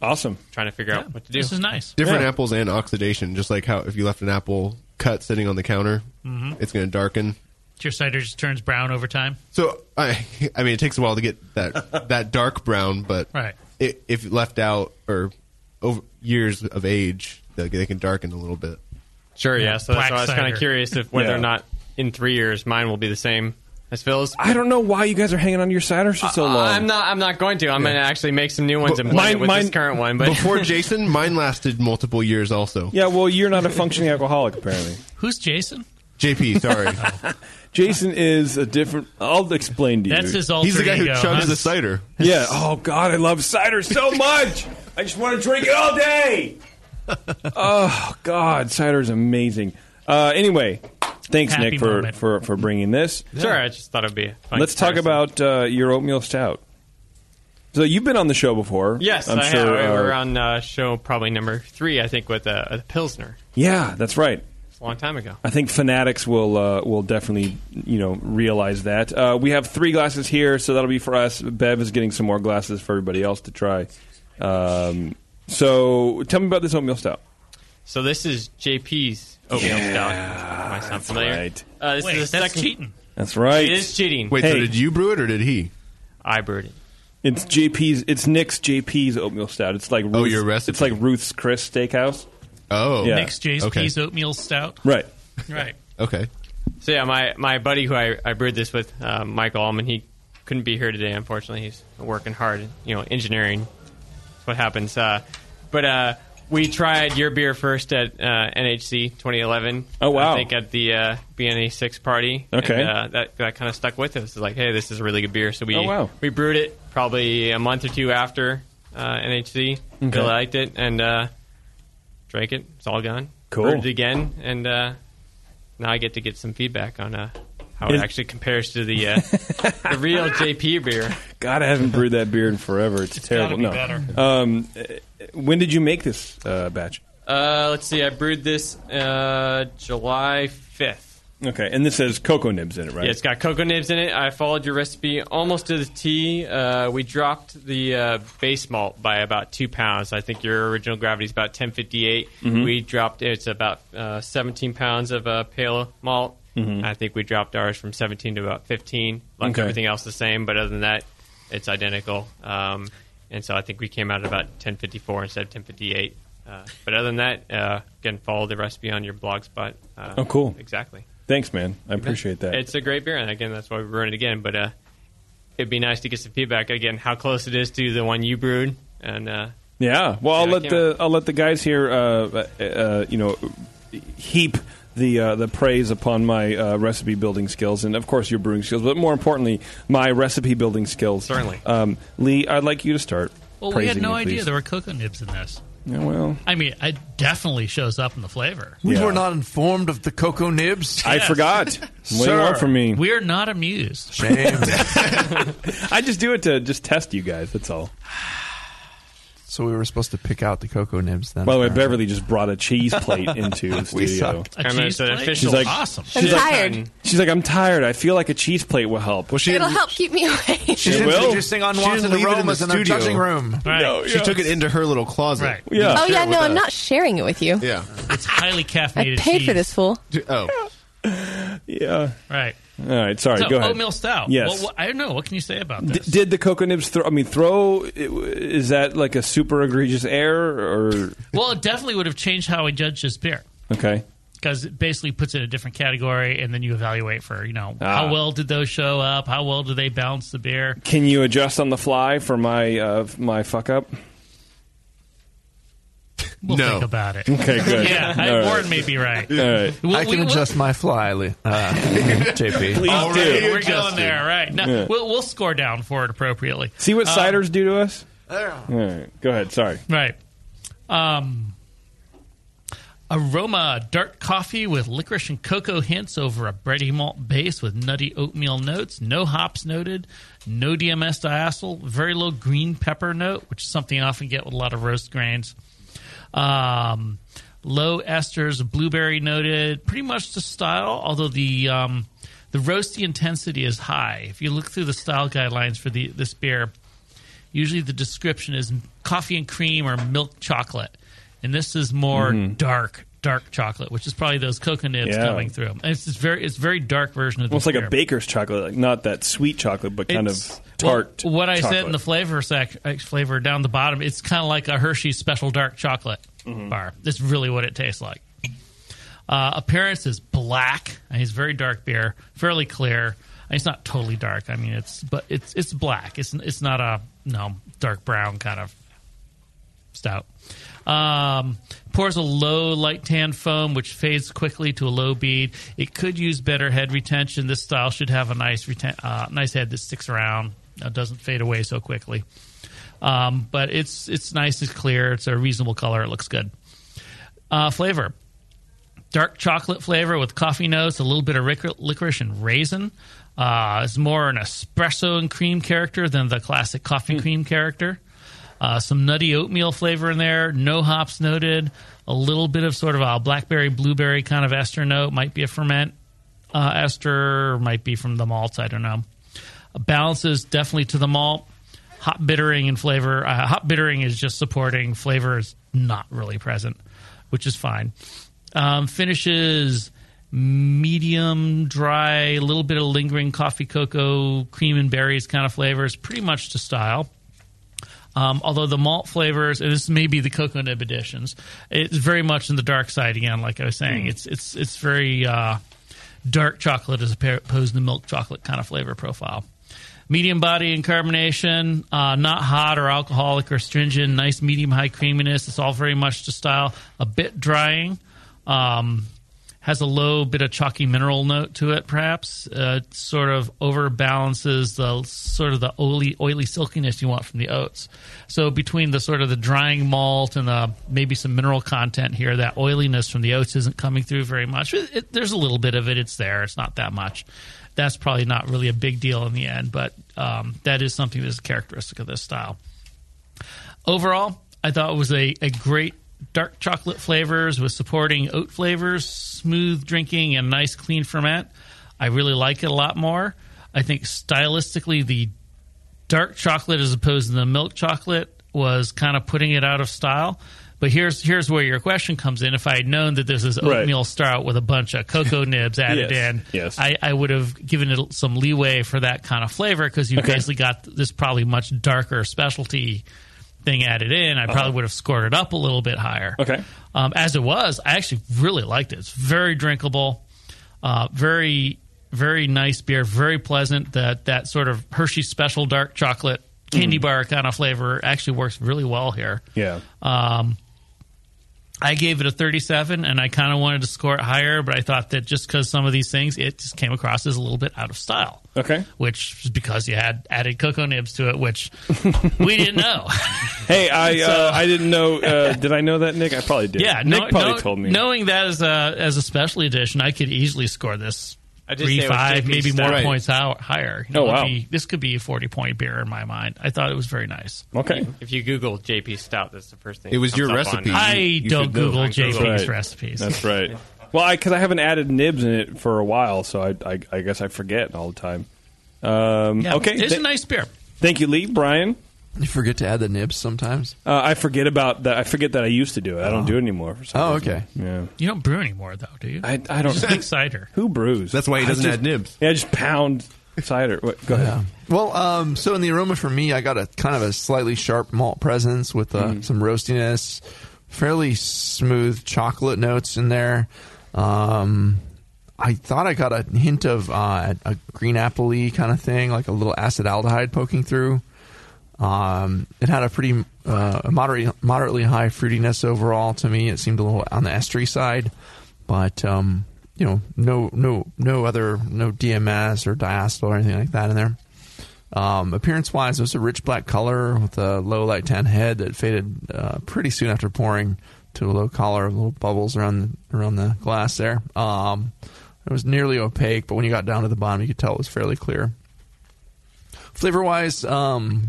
awesome! Trying to figure out what to do. this is nice. Different Yeah. apples and oxidation, just like how if you left an apple cut sitting on the counter, Mhm. it's going to darken. Your cider just turns brown over time. So I, I mean, it takes a while to get <laughs> that that dark brown, but Right. it, if left out or over years of age, they, they can darken a little bit. Sure, yeah. So that's Black why I was kind cider. of curious if whether Yeah. or not in three years mine will be the same as Phil's. I don't know why you guys are hanging on to your cider for so long. I'm not. I'm not going to. I'm Yeah. going to actually make some new ones and blend it with this current one. But <laughs> before Jason, mine lasted multiple years also. yeah, well, you're not a functioning alcoholic, apparently. Who's Jason? JP, sorry. <laughs> Jason is a different. I'll explain to you. That's his alter He's the guy who ego, chugs huh? the cider. Yeah. Oh God, I love cider so much. I just want to drink it all day. oh God, cider is amazing. Uh, anyway, thanks Happy Nick for, moment. for for bringing this. sure, I just thought it'd be. A fun Let's talk comparison. about uh, your oatmeal stout. So you've been on the show before. Yes, I'm I have. sure. uh, We're on uh, show probably number three, I think, with uh, a pilsner. Yeah, that's right. It's a long time ago. I think fanatics will uh, will definitely you know realize that. Uh, we have three glasses here, so that'll be for us. Bev is getting some more glasses for everybody else to try. Um, so tell me about this oatmeal stout. So this is JP's oatmeal stout. Might sound familiar. Uh, this Wait, is the that's second. cheating. That's right. It is cheating. Wait, so did you brew it or did he? I brewed it. It's JP's. It's Nick's JP's oatmeal stout. It's like Ruth's, oh your recipe. It's like Ruth's Chris Steakhouse. Oh, yeah. Nick's JP's oatmeal stout. Right. Right. Okay. So yeah, my, my buddy who I, I brewed this with, uh, Michael Allman, he couldn't be here today. Unfortunately, he's working hard. You know, engineering. That's what happens. Uh, but uh, we tried your beer first at uh, NHC 2011. Oh, wow. I think at the uh, BNA six party. Okay. And, uh, that that kind of stuck with us. It's like, hey, this is a really good beer. So we Oh, wow. we brewed it probably a month or two after uh, NHC. Okay. Really liked it and uh, drank it. It's all gone. Cool. Brewed it again, and uh, now I get to get some feedback on uh, how it Is- actually compares to the, uh, <laughs> the real JP beer. God, I haven't brewed that beer in forever. It's, terrible. gotta be no. better. Um, uh, when did you make this uh, batch? Uh, let's see, I brewed this uh, July 5th. Okay, and this has cocoa nibs in it, right? Yeah, it's got cocoa nibs in it. I followed your recipe almost to the T. Uh, we dropped the uh, base malt by about two pounds. I think your original gravity is about 1058. Mhm. We dropped it's about uh, 17 pounds of uh, pale malt. Mhm. I think we dropped ours from 17 to about 15. Left Okay. everything else the same, but other than that, it's identical. Um, and so I think we came out at about 1054 instead of 1058. Uh, but other than that, uh, again, follow the recipe on your blog spot. Uh, Oh, cool. Exactly. Thanks, man. I appreciate that. It's a great beer, and again, that's why we brewing it again. But uh, it'd be nice to get some feedback again, how close it is to the one you brewed, and uh, Yeah. Well, I'll Yeah, I let can't- the I'll let the guys here, uh, uh, uh, you know, heap the uh, the praise upon my uh, recipe building skills, and of course your brewing skills, but more importantly, my recipe building skills. Certainly. um, Lee. I'd like you to start. Well, we praising had me, no idea please. there were cocoa nibs in this. Yeah, well. I mean, it definitely shows up in the flavor. We were not informed of the cocoa nibs. I <laughs> forgot. What do you want from me? We are <laughs> not amused. <laughs> I just do it to just test you guys. That's all. <sighs> So we were supposed to pick out the cocoa nibs then. By the way, Beverly just brought a cheese plate <laughs> into the We studio. sucked. A And cheese it's an plate? official- She's like, Awesome. She's I'm like, tired. She's like, I'm tired. I feel like a cheese plate will help. Well, she It'll help keep me awake. She It will. Introducing unwanted She didn't leave it in the aromas in the studio. judging room. Right. No, she yeah. took it into her little closet. Right. Oh yeah, no, I'm not sharing it with you. Yeah. It's highly I caffeinated. paid for cheese. this fool. Oh. Yeah. Right. All right. Sorry. So, go ahead. oatmeal stout. Yes. Well, what- I don't know. What can you say about D- this? did the cocoa nibs throw? I mean, throw i- is that like a super egregious error or well, it definitely would have changed how I judge this beer. okay? because it basically puts it in a different category, and then you evaluate for you know Ah. how well did those show up, how well do they balance the beer. <laughs> Can you adjust on the fly for my uh, my fuck up? We'll No. think about it. Okay, good. <laughs> yeah, I, All right. Warren may be right. All right. We'll- I can we- we'll- adjust my fly, Lee. Uh, <laughs> JP. Please Already do. We're going there, right? No, Yeah. we'll, we'll score down for it appropriately. See what Um, ciders do to us. All right, go ahead. Sorry. Right. Um, Aroma dark coffee with licorice and cocoa hints over a bready malt base with nutty oatmeal notes. No hops noted. No DMS diacetyl. Very low green pepper note, which is something you often get with a lot of roast grains. Um, low esters, blueberry noted. Pretty much the style, although the um, the roasty intensity is high. If you look through the style guidelines for the this beer, usually the description is coffee and cream or milk chocolate. And this is more Mm. dark, dark chocolate, which is probably those coconuts Yeah. coming through. And it's just very, it's very dark version of. Almost this like beer. a baker's chocolate, like not that sweet chocolate, but kind It's- of tart. well, what I chocolate. said in the flavor sec, uh, flavor down the bottom, it's kind of like a Hershey's special dark chocolate Mm-hmm. bar. That's really what it tastes like. Uh, appearance is black. I mean, it's very dark beer, fairly clear. I mean, It's not totally dark. I mean, it's but it's it's black. It's it's not a no dark brown kind of stout. Um, pours a low light tan foam, which fades quickly to a low bead. It could use better head retention. This style should have a nice reten- uh, nice head that sticks around, uh, doesn't fade away so quickly. Um, but it's it's nice, it's clear, it's a reasonable color, it looks good. Uh, flavor dark chocolate flavor with coffee notes, a little bit of ric- licorice and raisin. Uh, it's more an espresso and cream character than the classic coffee cream character. Uh, some nutty oatmeal flavor in there, no hops noted, a little bit of sort of a blackberry, blueberry kind of ester note, might be a ferment uh, ester, might be from the malts, I don't know. Balances definitely to the malt. Hop bittering and flavor. Uh, hop bittering is just supporting. Flavor is not really present, which is fine. Um, finishes medium dry, a little bit of lingering coffee cocoa, cream and berries kind of flavors, pretty much to style. Um, although the malt flavors, and this may be the cocoa nib additions, it's very much in the dark side again. Like I was saying, it's it's it's very uh, dark chocolate as opposed to the milk chocolate kind of flavor profile. Medium body and carbonation, uh, not hot or alcoholic or stringent. Nice medium high creaminess. It's all very much to style. A bit drying. Um, has a low bit of chalky mineral note to it, perhaps. Uh, it sort of overbalances the sort of the oily, oily silkiness you want from the oats. So between the sort of the drying malt and the maybe some mineral content here, that oiliness from the oats isn't coming through very much. It, it, there's a little bit of it. It's there. It's not that much. That's probably not really a big deal in the end, but um, that is something that's characteristic of this style overall, I thought it was a, a great dark chocolate flavors with supporting oat flavors, smooth drinking, and nice clean ferment. I really like it a lot more. I think stylistically, the dark chocolate as opposed to the milk chocolate was kind of putting it out of style. But here's here's where your question comes in. If I had known that this is Right. oatmeal stout with a bunch <laughs> of cocoa nibs added Yes, in, yes. I, I would have given it some leeway for that kind of flavor because you Okay. basically got this probably much darker specialty thing added in. I probably Uh-huh. would have scored it up a little bit higher. Okay. Um, as it was, I actually really liked it. It's very drinkable, uh, very very nice beer, very pleasant. That that sort of Hershey special dark chocolate candy bar kind of flavor actually works really well here. Mm. Yeah. Um, I gave it a 37, and I kind of wanted to score it higher, but I thought that just because some of these things, it just came across as a little bit out of style. Okay. Which is because you had added cocoa nibs to it, which <laughs> we didn't <laughs> know. Hey, I So- uh, I didn't know. <laughs> Uh, did I know that, Nick? I probably did. yeah, Nick know- probably know- told me. Knowing that as a as a special edition, I could easily score this I just three, say it was five, JP maybe style. more Right. points hou- higher. Oh, it'd wow. be- this could be a forty point beer in my mind. I thought it was very nice. If you Google JP Stout, that's the first thing. It was that your comes up on- recipe. I You- you don't should know. Google On JP's Google. That's right. recipes. That's <laughs> right. Well, I because I haven't added nibs in it for a while, so I I, I guess I forget all the time. Um, Yeah, okay, it's a Th- nice beer. Thank you, Lee Brian. You forget to add the nibs sometimes. Uh, I forget about that. I forget that I used to do it. I don't do it anymore. For some Oh, reason. okay. Yeah. You don't brew anymore though, do you? I, I don't Just know. make cider. Who brews? That's why he doesn't add nibs. Yeah, I just pound cider. What, go ahead. Well, um, so in the aroma for me, I got a kind of a slightly sharp malt presence with uh, Mm-hmm. some roastiness, fairly smooth chocolate notes in there. Um, I thought I got a hint of uh, a green apple kind of thing, like a little acetaldehyde poking through. Um, it had a pretty uh, moderate, moderately high fruitiness overall to me. It seemed a little on the estery side, but um, you know, no, no, no other, no DMS or diacetyl or anything like that in there. Um, appearance wise, it was a rich black color with a low light tan head that faded uh, pretty soon after pouring to a low collar of little bubbles around the, around the glass there. Um, it was nearly opaque, but when you got down to the bottom, you could tell it was fairly clear. Flavor wise, um,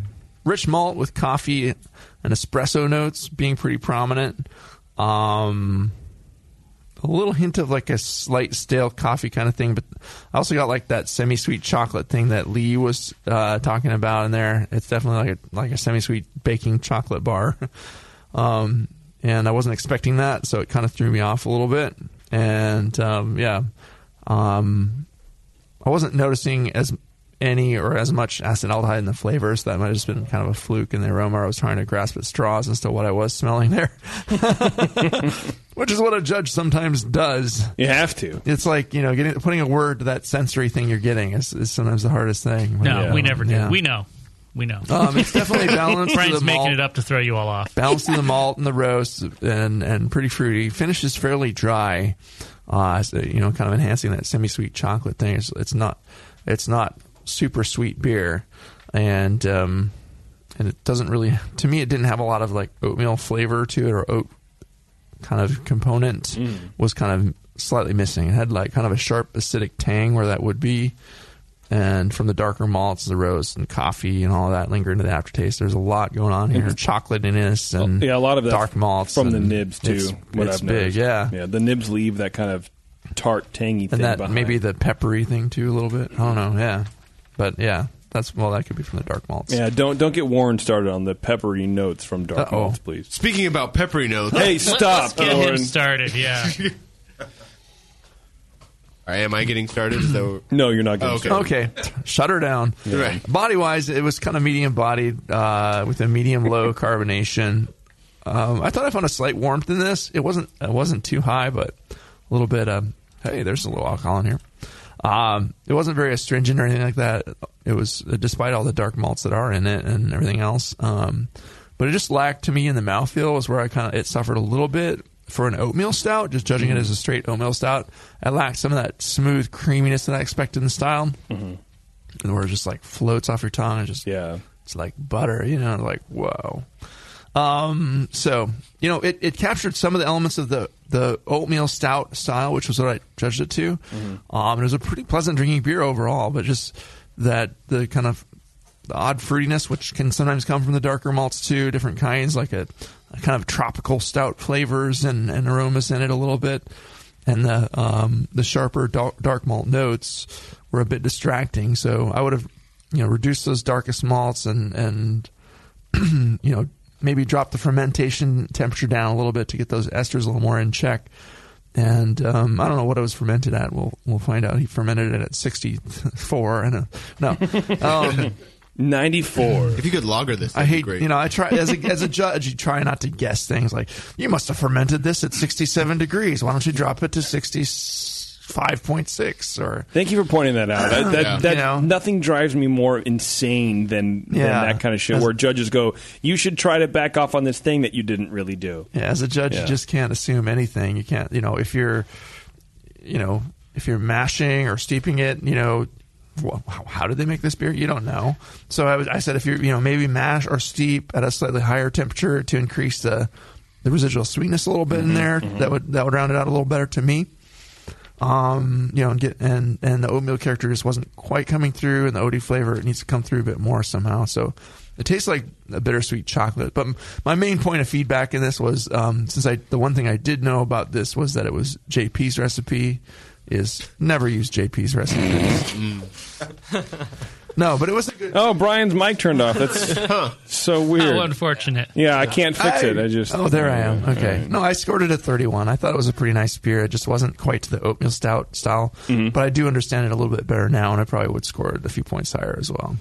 rich malt with coffee and espresso notes being pretty prominent. Um, a little hint of like a slight stale coffee kind of thing, but I also got like that semi-sweet chocolate thing that Lee was uh, talking about in there. It's definitely like a like a semi-sweet baking chocolate bar, <laughs> um, and I wasn't expecting that, so it kind of threw me off a little bit. And um, yeah, um, I wasn't noticing as any or as much acetaldehyde in the flavors. That might have just been kind of a fluke in the aroma. I was trying to grasp at straws as to what I was <laughs> smelling there, which is what a judge sometimes does. You have to. It's like you know, getting putting a word to that sensory thing you're getting is, is sometimes the hardest thing. No, Yeah. we never do. Yeah. We know. We know. <laughs> Um, it's definitely balanced Brian's to the making malt. it up to throw you all off. Balance to the malt and the roast, and and pretty fruity. Finish is fairly dry, uh, so, you know, kind of enhancing that semi-sweet chocolate thing. It's, it's not, it's not super sweet beer, and um, and it doesn't really. To me, it didn't have a lot of like oatmeal flavor to it or oat kind of component Mm. was kind of slightly missing. It had like kind of a sharp acidic tang where that would be. And from the darker malts, the roast and coffee and all that linger into the aftertaste. There's a lot going on here. Mhm. Chocolate in this and yeah, a lot of that dark malts from the and nibs too. It's, what it's I've big, noticed. yeah. yeah. The nibs leave that kind of tart, tangy thing And that behind. maybe the peppery thing too a little bit. I don't know. Yeah, but yeah, that's well, that could be from the dark malts. yeah, don't don't get Warren started on the peppery notes from Dark Uh-oh. Malts, please. Speaking about peppery notes, Hey, Let- stop, Let's get Warren. him <laughs> started. Yeah. All right, am I getting started? Is that no, you're not getting Okay. Shut her down. Yeah. Right. Body wise, it was kind of medium bodied uh, with a medium low carbonation. Um, I thought I found a slight warmth in this. It wasn't it wasn't too high, but a little bit. Um, hey, there's a little alcohol in here. Um, it wasn't very astringent or anything like that. It was uh, despite all the dark malts that are in it and everything else. Um, but it just lacked to me in the mouthfeel was where I kind of it suffered a little bit for an oatmeal stout. Just judging it as a straight oatmeal stout, I lacked some of that smooth creaminess that I expected in the style and where it just like floats off your tongue and just yeah, it's like butter, you know, like whoa. Um, so you know, it, it captured some of the elements of the the oatmeal stout style, which was what I judged it to. Um, it was a pretty pleasant drinking beer overall, but just that the kind of the odd fruitiness, which can sometimes come from the darker malts too, different kinds, like a, a kind of tropical stout flavors and, and aromas in it a little bit, and the um, the sharper dark, dark malt notes were a bit distracting. So I would have you know reduced those darkest malts and and <clears throat> you know maybe drop the fermentation temperature down a little bit to get those esters a little more in check. And um, I don't know what it was fermented at. We'll we'll find out. He fermented it at sixty four. And a, no, um, 94. If you could logger this, I that'd be hate great. you know. I try as a as a judge, you try not to guess things like you must have fermented this at sixty seven degrees. Why don't you drop it to sixty five point six or Thank you for pointing that out. That, that, Yeah. that- You know? nothing drives me more insane than, than Yeah. that kind of shit. That's- Where judges go, you should try to back off on this thing that you didn't really do. Yeah, as a judge, Yeah. you just can't assume anything. You can't, you know, if you're, you know, if you're mashing or steeping it, you know, wh- how, how did they make this beer? You don't know. So I, was, I said, if you're, you know, maybe mash or steep at a slightly higher temperature to increase the the residual sweetness a little bit in there, that would that would round it out a little better to me. Um, you know, and get and and the oatmeal character just wasn't quite coming through, and the oaty flavor it needs to come through a bit more somehow. So it tastes like a bittersweet chocolate. But m- my main point of feedback in this was um, since I the one thing I did know about this was that it was JP's recipe. Is never use JP's recipe. no, but it was a good. Oh, Brian's mic turned off. <laughs> That's so weird. How unfortunate. Yeah, I can't fix it. I just oh, there I am. Okay, All right. no, I scored it a 31. I thought it was a pretty nice beer. It just wasn't quite to the oatmeal stout style, Mm-hmm. but I do understand it a little bit better now, and I probably would score it a few points higher as well.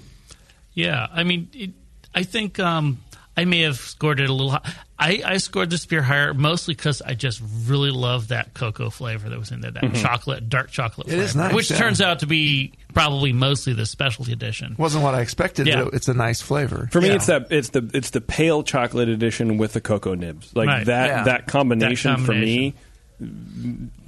Yeah, I mean, it, I think um, I may have scored it a little. High. I I scored this beer higher mostly because I just really love that cocoa flavor that was in there, that Mhm. chocolate, dark chocolate. It flavor, is nice, which yeah. turns out to be probably mostly the specialty edition. Wasn't what I expected, Yeah. but it's a nice flavor. For me, it's that it's the it's the pale chocolate edition with the cocoa nibs. Like Right. that Yeah. that combination, That for me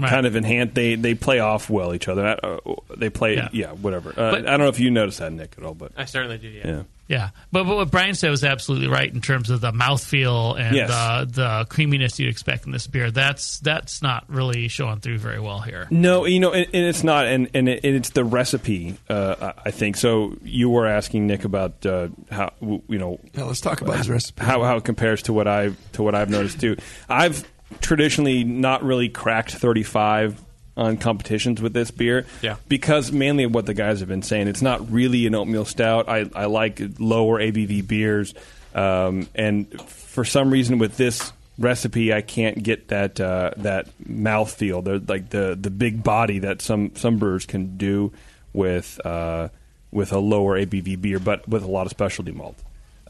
kind of enhanced. They they play off well each other. Uh, they play yeah, Yeah. whatever. Uh, But- I don't know if you noticed that Nick at all, but I certainly did. Yeah. yeah. Yeah, but, but what Brian said was absolutely right in terms of the mouthfeel and Yes. the, the creaminess you'd expect in this beer. That's that's not really showing through very well here. No, you know, and, and it's not, and and, it, and it's the recipe. Uh, I I think so. You were asking Nick about uh, how w- you know. Yeah, let's talk about his recipe. How how it compares to what I to what I've noticed too. I've traditionally not really cracked thirty five on competitions with this beer Yeah. because mainly of what the guys have been saying it's not really an oatmeal stout i, I like lower abv beers um, and for some reason with this recipe i can't get that uh, that mouthfeel the, like the the big body that some some brewers can do with uh, with a lower abv beer but with a lot of specialty malt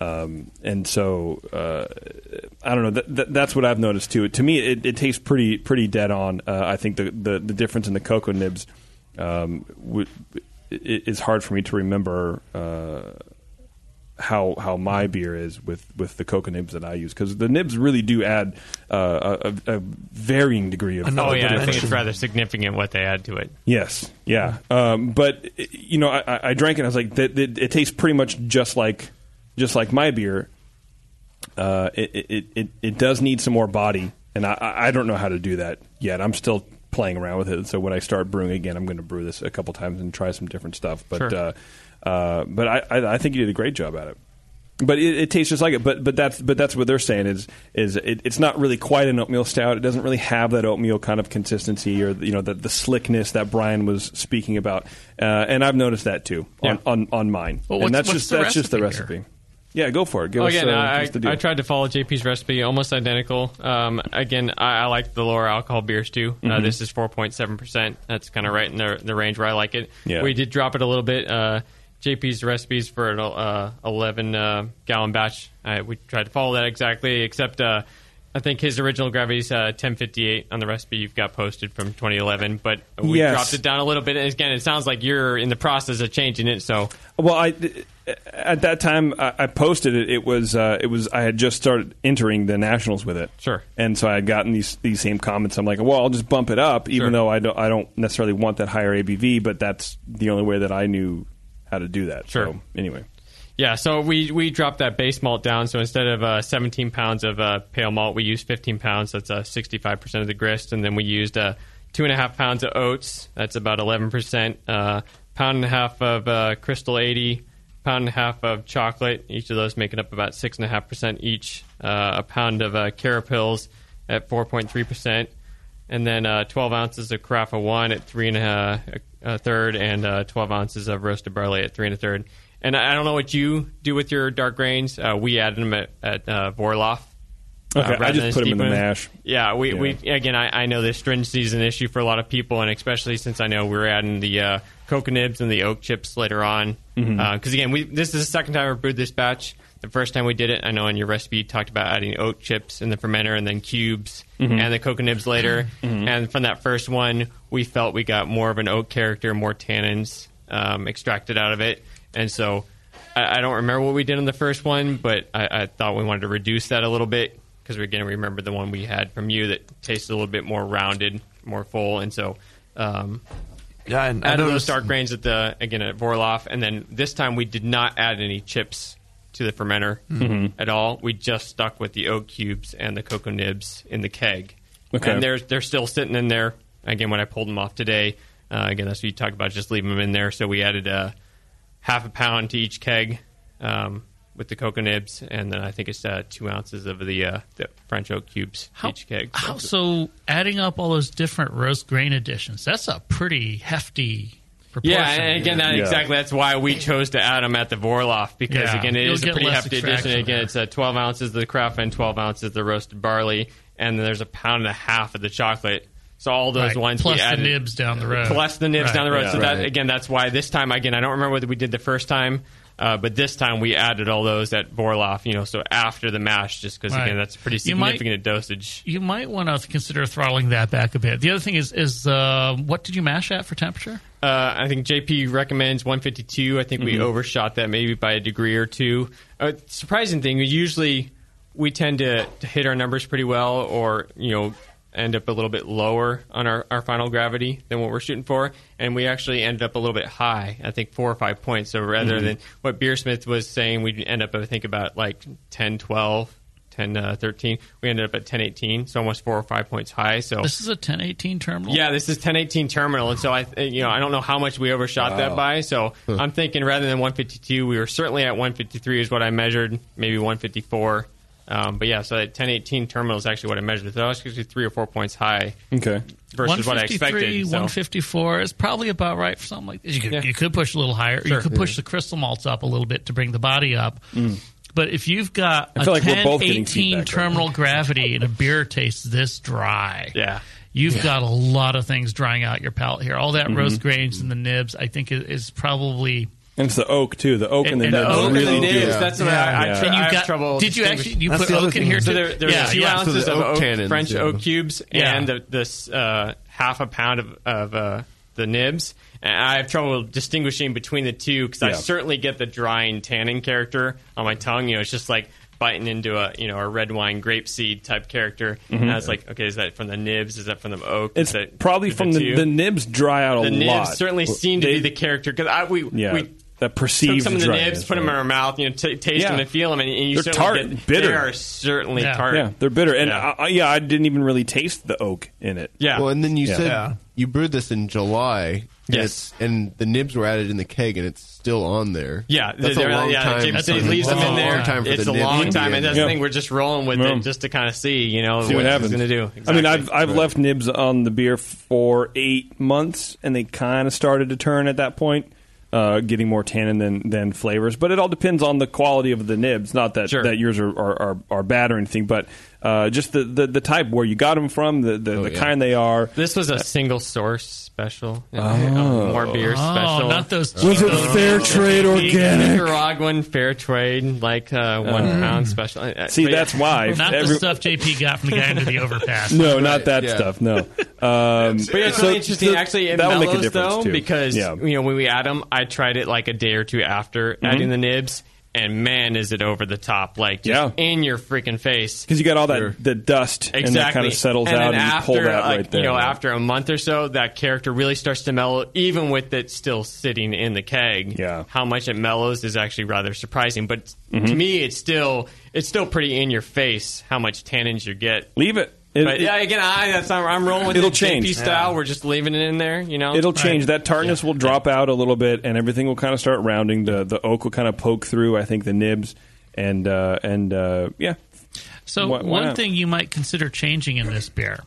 um, and so uh, I don't know. That, that, that's what I've noticed too. To me, it, it tastes pretty pretty dead on. Uh, I think the, the the difference in the cocoa nibs um, w- it, it's hard for me to remember uh, how how my beer is with, with the cocoa nibs that I use because the nibs really do add uh, a, a a varying degree of oh of yeah, I think difference. it's rather significant what they add to it. Yes, yeah. Um, but i- you know, I, I- I drank it. and I was like, that, that, it tastes pretty much just like just like my beer. Uh, it, it- it, it it does need some more body, and I- I, I don't know how to do that yet. I'm still playing around with it. So when I start brewing again, I'm going to brew this a couple times and try some different stuff. But Sure. uh, uh, but I, I, I think you did a great job at it. But it, it tastes just like it. But but that's but that's what they're saying is is it, it's not really quite an oatmeal stout. It doesn't really have that oatmeal kind of consistency or you know the, the slickness that Brian was speaking about. Uh, and I've noticed that too on, on, on mine. Well, and what's- that's what's just the that's just the recipe recipe. Yeah, go for it. Give again, us, uh, I, give us the deal. I tried to follow JP's recipe, almost identical. Um, again, I, I like the lower alcohol beers too. Uh, Mhm. this is 4.7%. That's kind of right in the, the range where I like it. Yeah. We did drop it a little bit. Uh, JP's recipes for an uh, 11 uh, gallon batch. I, we tried to follow that exactly, except uh, I think his original gravity is uh, 1058 on the recipe you've got posted from 2011, but we Yes. dropped it down a little bit. And again, it sounds like you're in the process of changing it, so. Well, I at that time I, I posted it. It was uh, it was I had just started entering the nationals with it. Sure. And so I had gotten these these same comments. I'm like, well, I'll just bump it up, even though I don't I don't necessarily want that higher ABV, but that's the only way that I knew how to do that. Sure. So anyway, Yeah, so we we dropped that base malt down. So instead of uh, 17 pounds of uh, pale malt, we used 15 pounds. That's uh, 65 percent of the grist, and then we used uh, two and a half pounds of oats. That's about 11 percent. Uh, pound and a half of uh, crystal 80. Pound and a half of chocolate. Each of those making up about six and a half percent each. Uh, a pound of uh, Cara pills at 4.3 percent, and then uh, 12 ounces of carafa wine at three and a, ha- a third, and uh, 12 ounces of roasted barley at three and a third. And I I don't know what you do with your dark grains. Uh, we added them at, at uh, Vorloff. uh, Okay, I rather just than put 'em in the Steepoon. mash. Yeah, we, Yeah. we again. I, I know this stringency is an issue for a lot of people, and especially since I know we're adding the uh, cocoa nibs and the oak chips later on. Uh, Because Mhm. again, we this is the second time I brewed this batch. The first time we did it, I know in your recipe you talked about adding oak chips in the fermenter and then cubes Mhm. and the cocoa nibs later. Mhm. And from that first one, we felt we got more of an oak character, more tannins um, extracted out of it. And so I, I don't remember what we did in the first one, but I, I thought we wanted to reduce that a little bit because we're going to remember the one we had from you that tasted a little bit more rounded, more full. And so. Um, yeah, and I added those noticed- dark grains at the again at Vorloff, and then this time we did not add any chips to the fermenter Mhm. at all. We just stuck with the oak cubes and the cocoa nibs in the keg. Okay. And they're they're still sitting in there. Again, when I pulled them off today, uh, again that's what you talked about. Just leaving them in there. So we added uh, half a pound to each keg um, with the cocoa nibs, and then I think it's uh, two ounces of the, uh, the French oak cubes each keg. How, so adding up all those different roast grain additions, that's a pretty hefty proportion. Yeah, and again, that, exactly. That's why we chose to add them at the Vorloff because Yeah. again, it You'll is a get pretty less hefty extraction addition. Again, it's uh, 12 ounces of the craft and 12 ounces of the roasted barley, and then there's a pound and a half of the chocolate. So all those Right. ones Plus we the added, nibs down the road. plus the nibs Right. down the road. Yeah. So that Right. again, that's why this time again, I don't remember whether we did the first time. Uh, but this time we added all those at Vorloff, you know, so after the mash, just because Right. again that's pretty You might- significant a dosage. You might want to consider throttling that back a bit. The other thing is, is uh, what did you mash at for temperature? Uh, I think JP recommends 152. I think we Mhm. overshot that maybe by a degree or two. A surprising thing, usually we tend to, to hit our numbers pretty well, or you know, end up a little bit lower on our, our final gravity than what we're shooting for, and we actually ended up a little bit high. I think four or five points. So rather Mhm. than what Beersmith was saying, we'd end up I think about like 10, 12, 10, uh, 13. We ended up at 10, 18, so almost four or five points high. So This is a 1018 terminal. Oh. yeah, this is 1018 terminal, and so I, th- you know, I don't know how much we overshot Wow. that by. So I'm thinking rather than 152, we were certainly at 153 is what I measured, maybe 154. Um, but yeah, so that 1018 terminal is actually what I measured. So that was actually three or four points high. Okay. Versus what I 153, expected. So. 154 is probably about right for something like this. You could, Yeah. you could push a little higher. Sure. You could push the crystal malts up a little bit to bring the body up. But if you've got I a feel like we're 10, both getting 18 feedback right terminal gravity and a beer tastes this dry, yeah, you've Yeah. got a lot of things drying out your palate here. All that Mhm. roast grains and the nibs, I think, is, is probably. And it's the oak too. The oak and the nibs oak are and really the nibs, good. that's what I- I Yeah. tr- I You've have got- trouble. did you distinguishing- actually- you That's put the other oak in thing. here So too? there, there Yeah, was two yeah. So ounces the of oak oak, tannins, French yeah. oak cubes Yeah. and the, this uh, half a pound of, of uh, the nibs. And I have trouble distinguishing between the two because I Yeah. certainly get the drying tannin character on my tongue. You know, it's just like biting into a you know a red wine grapeseed type character, and Mhm. I was like, okay, is that from the nibs? Is that from the oak? It's is that probably is from that the, two? the nibs dry out a the nibs lot. certainly seem to be the character because we yeah, we that perceived took some of the dryness, nibs, put them right. in our mouth, you know, t- taste Yeah. them and feel them, and, and you they're certainly tart, get- bitter. They are certainly tart. Yeah, they're bitter, and I, I, yeah, I didn't even really taste the oak in <laughs> it. Well, and then you Yeah. said Yeah. you brewed this in July. and Yes. it's- And the nibs were added in the keg, and it's still on there. Yeah, That's a they're- long yeah, time. James City leaves them in That's a there. long time for it's the a nibs long to be time, in and that's there. the thing. We're just rolling with Yeah. it just to kind of see, you know, See what, it's happens. going to do. I mean, I've I've left nibs on the beer for eight months, and they kind of started to turn at that point, uh, getting more tannin than than flavors. But it all depends on the quality of the nibs. Not that that yours are are, are, are bad or anything, but uh, just the, the the type where you got them from, the the, the Oh, yeah. kind they are. This was a single source special, Oh. Uh, more beer Oh, special. not those Was it cheap- fair trade organic? Nicaraguan fair trade, like uh, one Mm. pound special. Uh, See, but yeah. that's <laughs> why Not every- the stuff JP got from the guy under the <laughs> overpass. No, not that yeah. stuff. No, um, but But yeah, it's really interesting. Actually, it that'll make a mellows difference though too. because yeah. you know when we add them, I tried it like a day or two after Mm-hmm. adding the nibs, and man, is it over the top! Like just in your freaking face because you got all that the dust exactly. and that kind of settles And out, then and you pull after, that like, right there. You know, after a month or so, that character really starts to mellow, even with it still sitting in the keg. Yeah, how much it mellows is actually rather surprising. But to Mhm. me, it's still it's still pretty in your face how much tannins you get. Leave it. It- but it- yeah, again, I, that's I'm, I'm rolling with It'll the JP change. style. Yeah. We're just leaving it in there. You know, It'll change. That tartness will drop out a little bit, and everything will kind of start rounding. The the oak will kind of poke through. I think the nibs and uh, and uh, yeah. So Why- why one not? thing you might consider changing in this beer,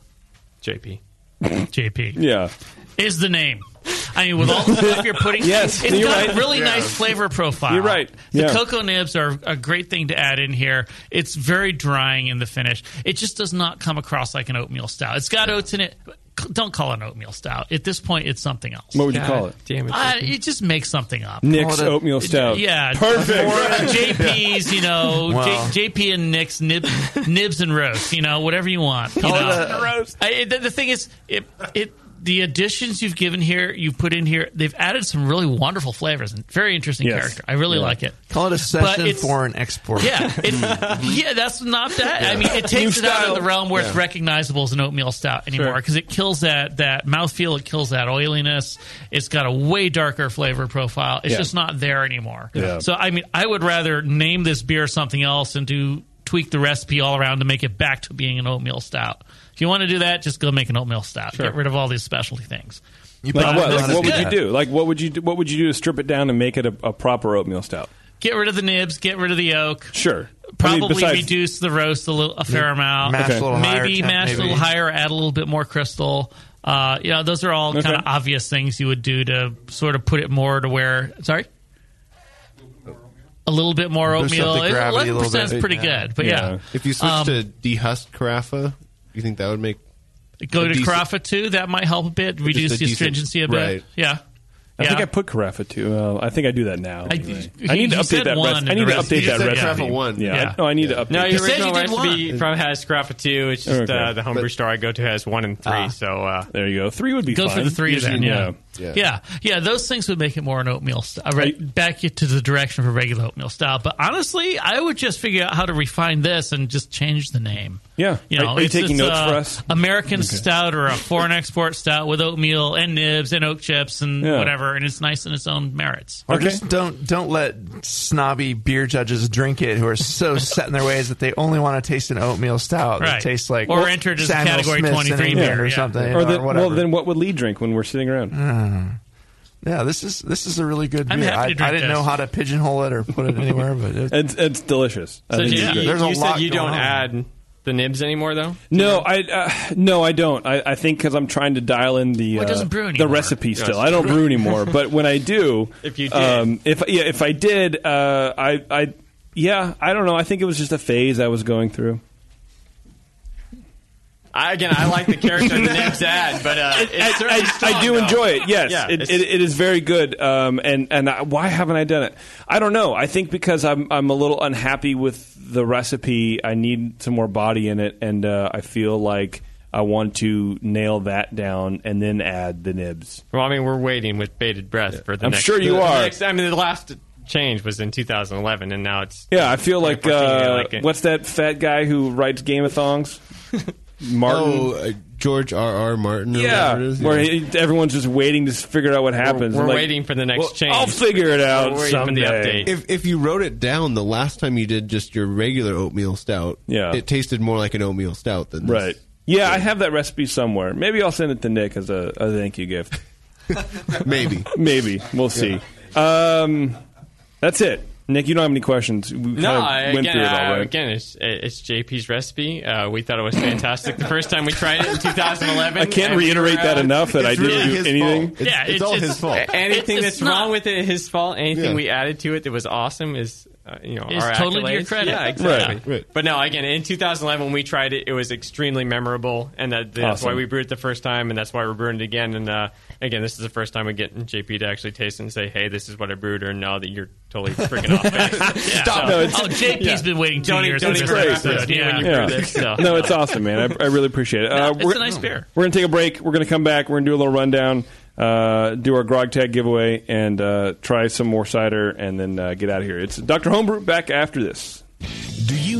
JP, JP, yeah, is the name. I mean, with all the stuff you're <laughs> putting, Yes, it's you're got a right. really Yeah. nice flavor profile. You're right. The Yeah. cocoa nibs are a great thing to add in here. It's very drying in the finish. It just does not come across like an oatmeal stout. It's got oats in it. C- Don't call it an oatmeal stout. At this point, it's something else. What would you God call it? Damn it, Uh, you just make something up. Nick's oatmeal stout. Yeah, Perfect. Or <laughs> JP's, you know, Wow. J, JP and Nick's nib, <laughs> nibs and roast, you know, whatever you want. You Call it know. nibs and roast. I, the, the thing is, it, it the additions you've given here, you've put in here, they've added some really wonderful flavors and very interesting Yes. character. I really Yeah. like it. Call it a session it's- for an export. Mm. Yeah, <laughs> it's, yeah, that's not that. I mean, it takes New it out style. of the realm where it's Yeah. recognizable as an oatmeal stout anymore because it kills that that mouthfeel, it kills that oiliness. It's got a way darker flavor profile. It's Yeah. just not there anymore. Yeah. So, I mean, I would rather name this beer something else and do tweak the recipe all around to make it back to being an oatmeal stout. If you want to do that, just go make an oatmeal stout. Sure. Get rid of all these specialty things. like what? But this Like is what would good. you do? Like what would you do? What would you do to strip it down and make it a, a proper oatmeal stout? Get rid of the nibs. Get rid of the oak. Sure. Probably besides- reduce the roast a, little, a fair Yeah. amount. Mash a Okay. little higher maybe temp, mash a maybe. little higher. Add a little bit more crystal. Uh, you know, those are all Okay. kind of obvious things you would do to sort of put it more to where. Sorry. A little bit more Boost up oatmeal. the gravity a Eleven little bit. percent is pretty good, but yeah. If you switch Um, to dehusked Carafa, you think that would make a go to decent- Carafa too, that might help a bit, a reduce the decent- astringency a bit. right. Yeah. I yeah. think I put carafa too. Well, I think I do that now. I- anyway. he- I, need to you update said that. one recipe. I in need the to update recipe. that You said recipe. Carafa one. Yeah. Yeah. I, oh, no, I need to update. No, that. your original recipe from has Carafa two. It's just Okay. Ah. uh, the homebrew store I go to has one and three. so uh, there you go. Three would be go fine. for the three Usually, then. Yeah. yeah. Yeah. Yeah, yeah, those things would make it more an oatmeal style, right? Back it to the direction of a regular oatmeal style. But honestly, I would just figure out how to refine this and just change the name. Yeah. you Are- know, are you it's- taking it's, notes uh, for us? American stout or a foreign export stout with oatmeal and nibs and oak chips and Yeah. whatever, and it's nice in its own merits. Or just don't don't let snobby beer judges drink it who <laughs> are so set in their ways that they only want to taste an oatmeal stout Right. that tastes like Or enter it as a Samuel category Smith's 23 Indian beer, or yeah. something you Or know, then, whatever. Uh, well, then what would Lee drink when we're sitting around? yeah, this is this is a really good I'm beer. happy I, to drink I didn't know this. how to pigeonhole it or put it anywhere, but it, it's it's delicious. So did you, There's a you lot said you going on. don't add the nibs anymore, though. No, I uh, no, I don't. I, I think because I'm trying to dial in the Well, it uh, doesn't brew the anymore. recipe Yes. still. I don't brew anymore, but when I do, <laughs> If you did. um, if yeah, if I did, uh, I I yeah, I don't know. I think it was just a phase I was going through. I, again, I like the character the <laughs> nibs add, but uh, it's I, certainly strong, I do though. enjoy it. Yes, Yeah, it, it's- it, it is very good. Um, and and I, why haven't I done it? I don't know. I think because I'm I'm a little unhappy with the recipe. I need some more body in it, and uh, I feel like I want to nail that down and then add the nibs. Well, I mean, we're waiting with bated breath for the. I'm next, sure you the are. next- I mean, the last change was in 2011, and now it's Yeah, I feel like uh, like it. what's that fat guy who writes Game of <laughs> Thongs? Martin. Oh, uh, George R. R. Martin. or Yeah, whatever it is, where he, everyone's just waiting to s- figure out what happens. we're Like, waiting for the next well, change. I'll figure it out We're waiting for someday. the update. If if you wrote it down the last time you did just your regular oatmeal stout, Yeah. it tasted more like an oatmeal stout than this. Right. Yeah, I have that recipe somewhere. Maybe I'll send it to Nick as a, a thank you gift. Maybe. <laughs> Maybe. We'll see. Um, that's it. Nick, you don't have any questions. We kind No, of I- went again, through it uh, all, right? again, it's, it's JP's recipe. Uh, we thought it was fantastic the first time we <laughs> tried it in 2011. I can't and we reiterate were, that uh, enough that I didn't do anything. yeah, <laughs> Anything It's- that's it's not- wrong with it, his fault. Anything Yeah. we added to it that was awesome is, uh, you know, Is our totally to your accolades. credit. Yeah, Right. exactly. Right. But no, again, in 2011 when we tried it, it was extremely memorable, and that, that's Awesome. why we brewed it the first time, and that's why we're brewing it again. And uh, again, this is the first time we get JP to actually taste it and say, "Hey, this is what I brewed," or "No, that you're totally freaking off base." Yeah. Stop. So- No, it's- Oh, JP's yeah. been waiting two Don't e- years Don't for even this brew episode, this, dude, yeah. when you Yeah. <laughs> brew this, so. <laughs> No, it's awesome, man. I, I really appreciate it. Uh, it's we're, a nice beer. We're going to take a break. We're going to come back. We're going to do a little rundown, uh, do our grog tag giveaway, and uh, try some more cider, and then uh, get out of here. It's Dr. Homebrew back after this. Do you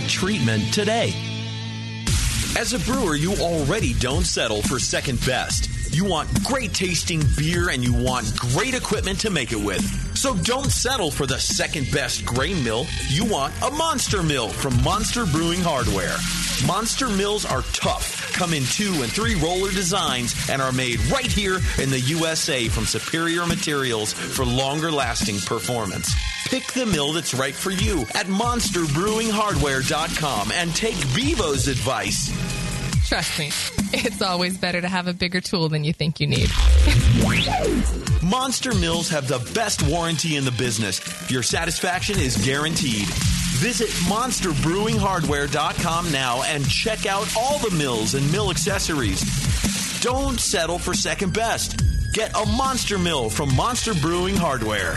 treatment today. As a brewer, you already don't settle for second best. You want great tasting beer and you want great equipment to make it with. So don't settle for the second best grain mill. You want a monster mill from Monster Brewing Hardware. Monster mills are tough, come in two and three roller designs, and are made right here in the USA from superior materials for longer lasting performance. Pick the mill that's right for you at monsterbrewinghardware.com and take Bevo's advice. Trust me, it's always better to have a bigger tool than you think you need. Monster Mills have the best warranty in the business. Your satisfaction is guaranteed. Visit monsterbrewinghardware.com now and check out all the mills and mill accessories. Don't settle for second best. Get a Monster Mill from Monster Brewing Hardware.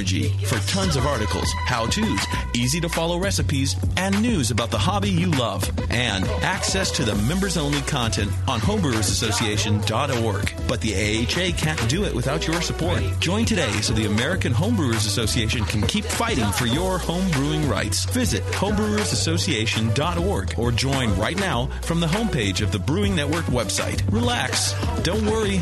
for tons of articles, how to's, easy to follow recipes, and news about the hobby you love. And access to the members only content on homebrewersassociation.org. But the AHA can't do it without your support. Join today so the American Homebrewers Association can keep fighting for your home brewing rights. Visit homebrewersassociation.org or join right now from the homepage of the Brewing Network website. Relax. Don't worry.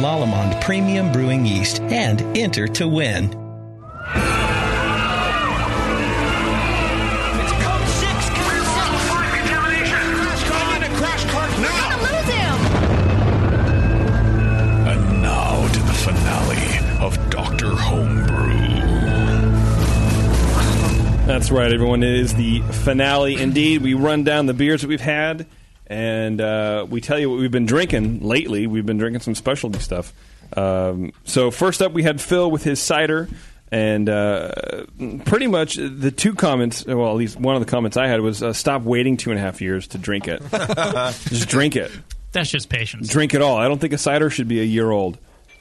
Lalamond Premium Brewing Yeast and enter to win. And now to the finale of Dr. Homebrew. That's right, everyone. It is the finale indeed. We run down the beers that we've had, and uh, we tell you what we've been drinking lately. We've been drinking some specialty stuff. Um, so, first up, we had Phil with his cider. And uh, pretty much the two comments, well, at least one of the comments I had was uh, stop waiting two and a half years to drink it. Just drink it. <laughs> That's just patience. Drink it all. I don't think a cider should be a year old,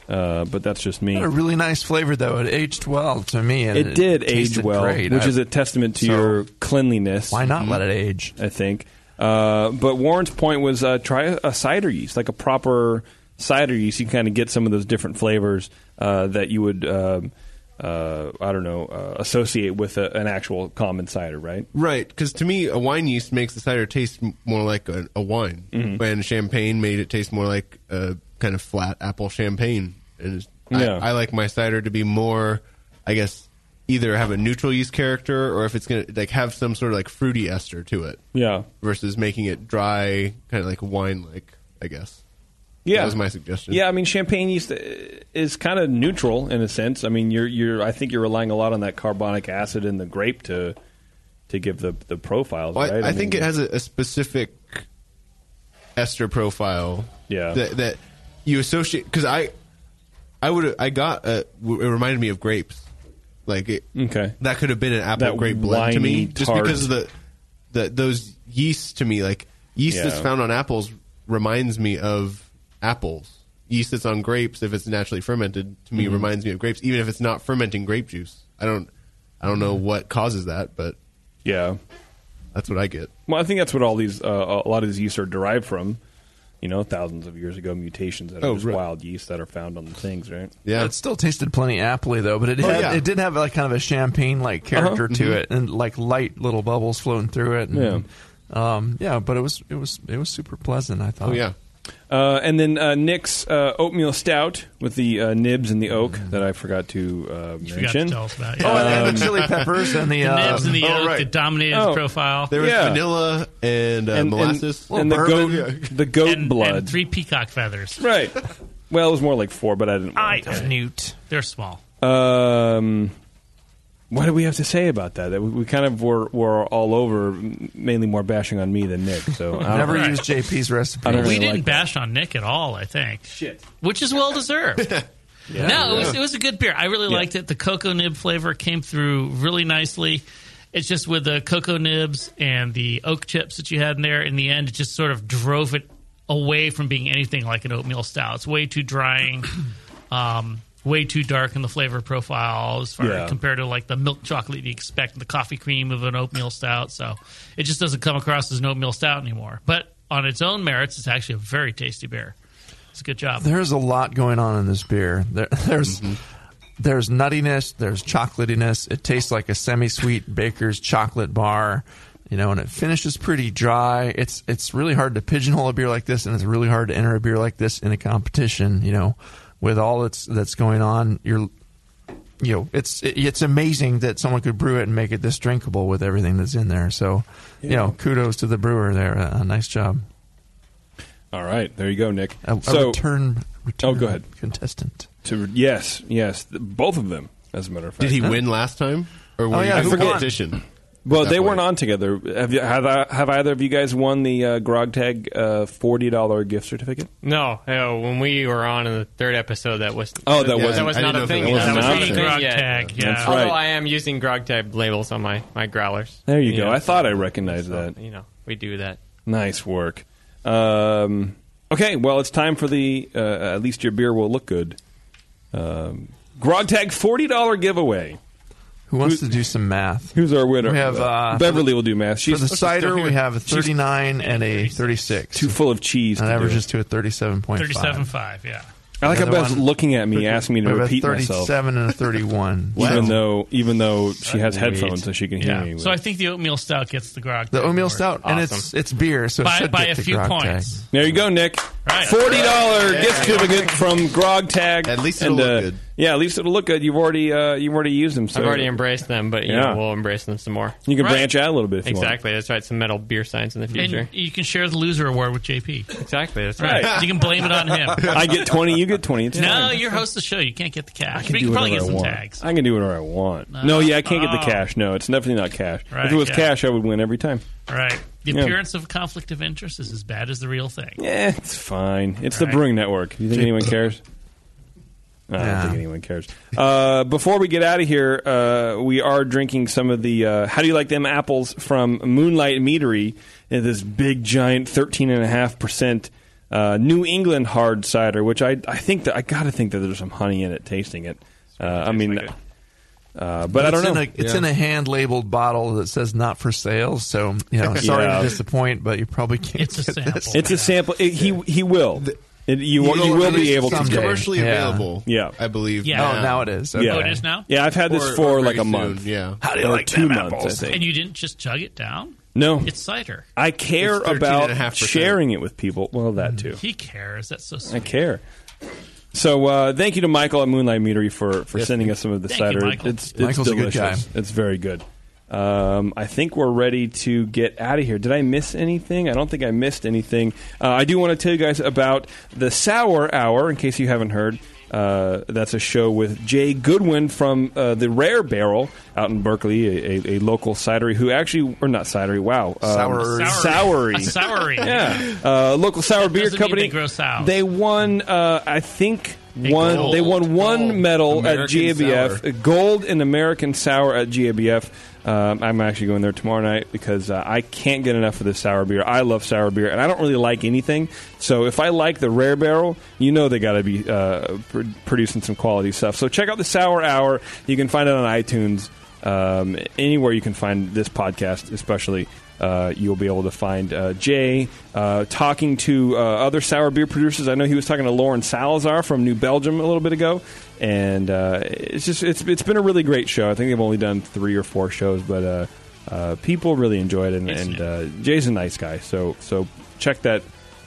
uh, but that's just me. Had a really nice flavor though. It aged well to me. And it, did age tasted well, great. Uh, which I- is a testament to so- your cleanliness. Why not let it age? I think. Uh, but Warren's point was uh, try a cider yeast, like a proper cider yeast. You can kind of get some of those different flavors uh, that you would, um, uh, I don't know, uh, associate with a, an actual common cider, right? Right, because to me, a wine yeast makes the cider taste m- more like a, a wine, Mhm. and champagne made it taste more like a kind of flat apple champagne. And it's- Yeah. I, I like my cider to be more, I guess, either have a neutral yeast character or if it's gonna like have some sort of like fruity ester to it. Yeah. versus making it dry, kind of like wine like. I guess. Yeah, that was my suggestion. Yeah, I mean, champagne yeast uh, is kind of neutral in a sense. I mean, you're you're I think you're relying a lot on that carbonic acid in the grape to to give the the profiles. Well, I, right? I think mean, it has a, a specific ester profile. Yeah. That, that you associate because I, I would I got uh, w- it reminded me of grapes, like it, okay that could have been an apple That grape blend to me winey, just tart. because of the, the those yeasts to me like yeast that's Yeah. found on apples reminds me of apples yeast that's on grapes if it's naturally fermented to me Mhm. reminds me of grapes even if it's not fermenting grape juice I don't I don't know what causes that but yeah that's what I get. Well, I think that's what all these uh, a lot of these yeasts are derived from. You know, thousands of years ago, mutations that are Oh, just right. wild yeast that are found on the things, right? it still tasted plenty appley though, but it Oh, had, yeah. it did have like kind of a champagne like character Uh-huh. to Mhm. it, and like light little bubbles floating through it. And, yeah, um, yeah, but it was it was it was super pleasant. I Oh, Oh, thought. Uh, and then uh, Nick's uh, oatmeal stout with the uh, nibs and the oak Mm-hmm. that I forgot to uh, mention. forgot to tell us about, yeah. Oh, and Um, the chili <laughs> peppers and the, The uh, nibs and the oak that dominated his Oh. profile. There was Yeah. vanilla and, uh, molasses. and, the goat, the goat blood, and three peacock feathers. right? Well, it was more like four, but I didn't. I want to. newt. They're small. Um, what do we have to say about that? That we, we kind of were, were all over, m- mainly more bashing on me than Nick. So I don't- Never used JP's recipe. I don't we really didn't like bash on Nick at all. I think shit, which is well deserved. Yeah. no, It, was, Yeah. it was a good beer. I really Yeah. liked it. The cocoa nib flavor came through really nicely. It's just with the cocoa nibs and the oak chips that you had in there. In the end, it just sort of drove it away from being anything like an oatmeal stout. It's way too drying, um, way too dark in the flavor profile as far Yeah. compared to like the milk chocolate you expect, the coffee cream of an oatmeal stout. So it just doesn't come across as an oatmeal stout anymore. But on its own merits, it's actually a very tasty beer. It's a good job. There's a lot going on in this beer. There, <laughs> there's Mm-hmm. there's nuttiness, there's chocolatiness. It tastes like a semi-sweet baker's chocolate bar, you know, and it finishes pretty dry. It's it's really hard to pigeonhole a beer like this, and it's really hard to enter a beer like this in a competition, you know, with all that's that's going on. You're you know, it's it- it's amazing that someone could brew it and make it this drinkable with everything that's in there. So, you Yeah. know, kudos to the brewer there. Uh, nice job. All right, there you go, Nick. A, a So- return, return. Oh, go ahead. Contestant. To yes, yes, th- both of them. As a matter of fact, Did he win last time? Or Oh, were you in competition? Well, At that they weren't point? on together. Have you, have, I, have either of you guys won the uh, Grog Tag uh, forty dollar gift certificate? <laughs> No, no, when we were on in the third episode, that was Oh, that wasn't- that was I didn't not know a if thing. it was That was an not a option. thing Grog yet. tag, yeah. That's right. Although I am using grog tag labels on my my growlers. There you go. know, I thought I so- recognized so, that. You know, we do that. Nice work. Um, okay, well, it's time for the uh, at least your beer will look good. Um, Grog Tag forty dollar giveaway. Who wants to do some math? Who's our winner? We have uh, Beverly will do math. She's for the cider, we have a She's 39 and a 36. Too full of cheese. That to do averages it. to a 37.5. 37.5, yeah. I like how Another Beth's one- looking at me, asking me to we have repeat a myself. 37 and a 31. <laughs> Even So though, even though she has Sweet. headphones, so she can Yeah. hear me. So I think the oatmeal stout gets the grog. the tag oatmeal award. stout, and it's it's beer, so By- it should by get a the few grog tag. points. There you go, Nick. Right. Forty dollar Yeah. gift certificate from Grog Tag. At least it'll look good. Yeah, at least it'll look good. You've already uh, you've already used them. So I've already embraced them, but you Yeah. know, we'll embrace them some more. You can Right. branch out a little bit if you want. exactly. That's right. Some metal beer science in the future. And you can share the loser award with JP. Exactly. That's right. you can blame it <laughs> on him. I get twenty. You get twenty. It's No, fine. you're host of the show. You can't get the cash. I but you can probably get whatever I some want. tags. I can do whatever I want. No, No. yeah, I can't get Oh. the cash. No, it's definitely not cash. Right, if it was yeah. cash, I would win every time. All right. The Yeah. appearance of conflict of interest is as bad as the real thing. Yeah, Eh, it's fine. It's the All right. Brewing Network. <laughs> You think anyone cares? I don't Yeah. think anyone cares. Uh, before we get out of here, uh, we are drinking some of the uh, How Do You Like Them Apples from Moonlight Meadery, uh, this big, giant 13.5% uh, New England hard cider, which I, I think that I got to think that there's some honey in it tasting it. Uh, I mean, uh, but, I it's don't know. In a, it's in a hand labeled bottle that says not for sale, so you <laughs> know, sorry Yeah. to disappoint, but you probably can't. It's a sample. It's a sample. It- he he will. It- you He will- you will will release be able to someday. get it. Commercially Yeah. available, Yeah, I believe. Yeah. Oh, now it is. Okay. Yeah. Oh, it is now? Yeah, I've had this Or- for or like very a month. soon, yeah. How do you like two months? I think. And you didn't just chug it down? No, It's cider. I care It's 13 and a about half percent. sharing it with people. Well, that too. He cares. That's so I sweet. care. So uh, thank you to Michael at Moonlight Meadery for, for sending us some of the Thank you, cider. Michael. It's, it's Michael's a good delicious. It's very good. Um, I think we're ready to get out of here. Did I miss anything? I don't think I missed anything. Uh, I do want to tell you guys about the Sour Hour, in case you haven't heard. Uh, that's a show with Jay Goodwin from uh, the Rare Barrel out in Berkeley, a, a, a local cidery who actually, or not cidery, wow, um, Sourery. sourery, A sourery. yeah, uh, local sour beer Doesn't mean company. they grow sours. They won, uh, I think, one. gold. They won one medal at American GABF, a uh, gold in American sour at GABF. Um, I'm actually going there tomorrow night because uh, I can't get enough of this sour beer. I love sour beer, and I don't really like anything. So if I like the rare barrel, you know they got to be uh, pr- producing some quality stuff. So check out the Sour Hour. You can find it on iTunes. Um, anywhere you can find this podcast, especially uh, you'll be able to find uh, Jay uh, talking to uh, other sour beer producers. I know he was talking to Lauren Salazar from New Belgium a little bit ago, and uh, it's just it's it's been a really great show. I think they've only done three or four shows, but uh, uh, people really enjoy it, and, and uh, Jay's a nice guy. So so check that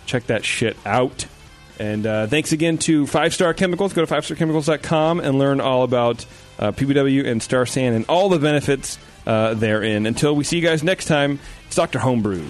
check that shit out. And uh, thanks again to Five Star Chemicals. Go to fivestarchemicals.com and learn all about uh, PBW and Star Sand and all the benefits uh, therein. Until we see you guys next time, it's Dr. Homebrew.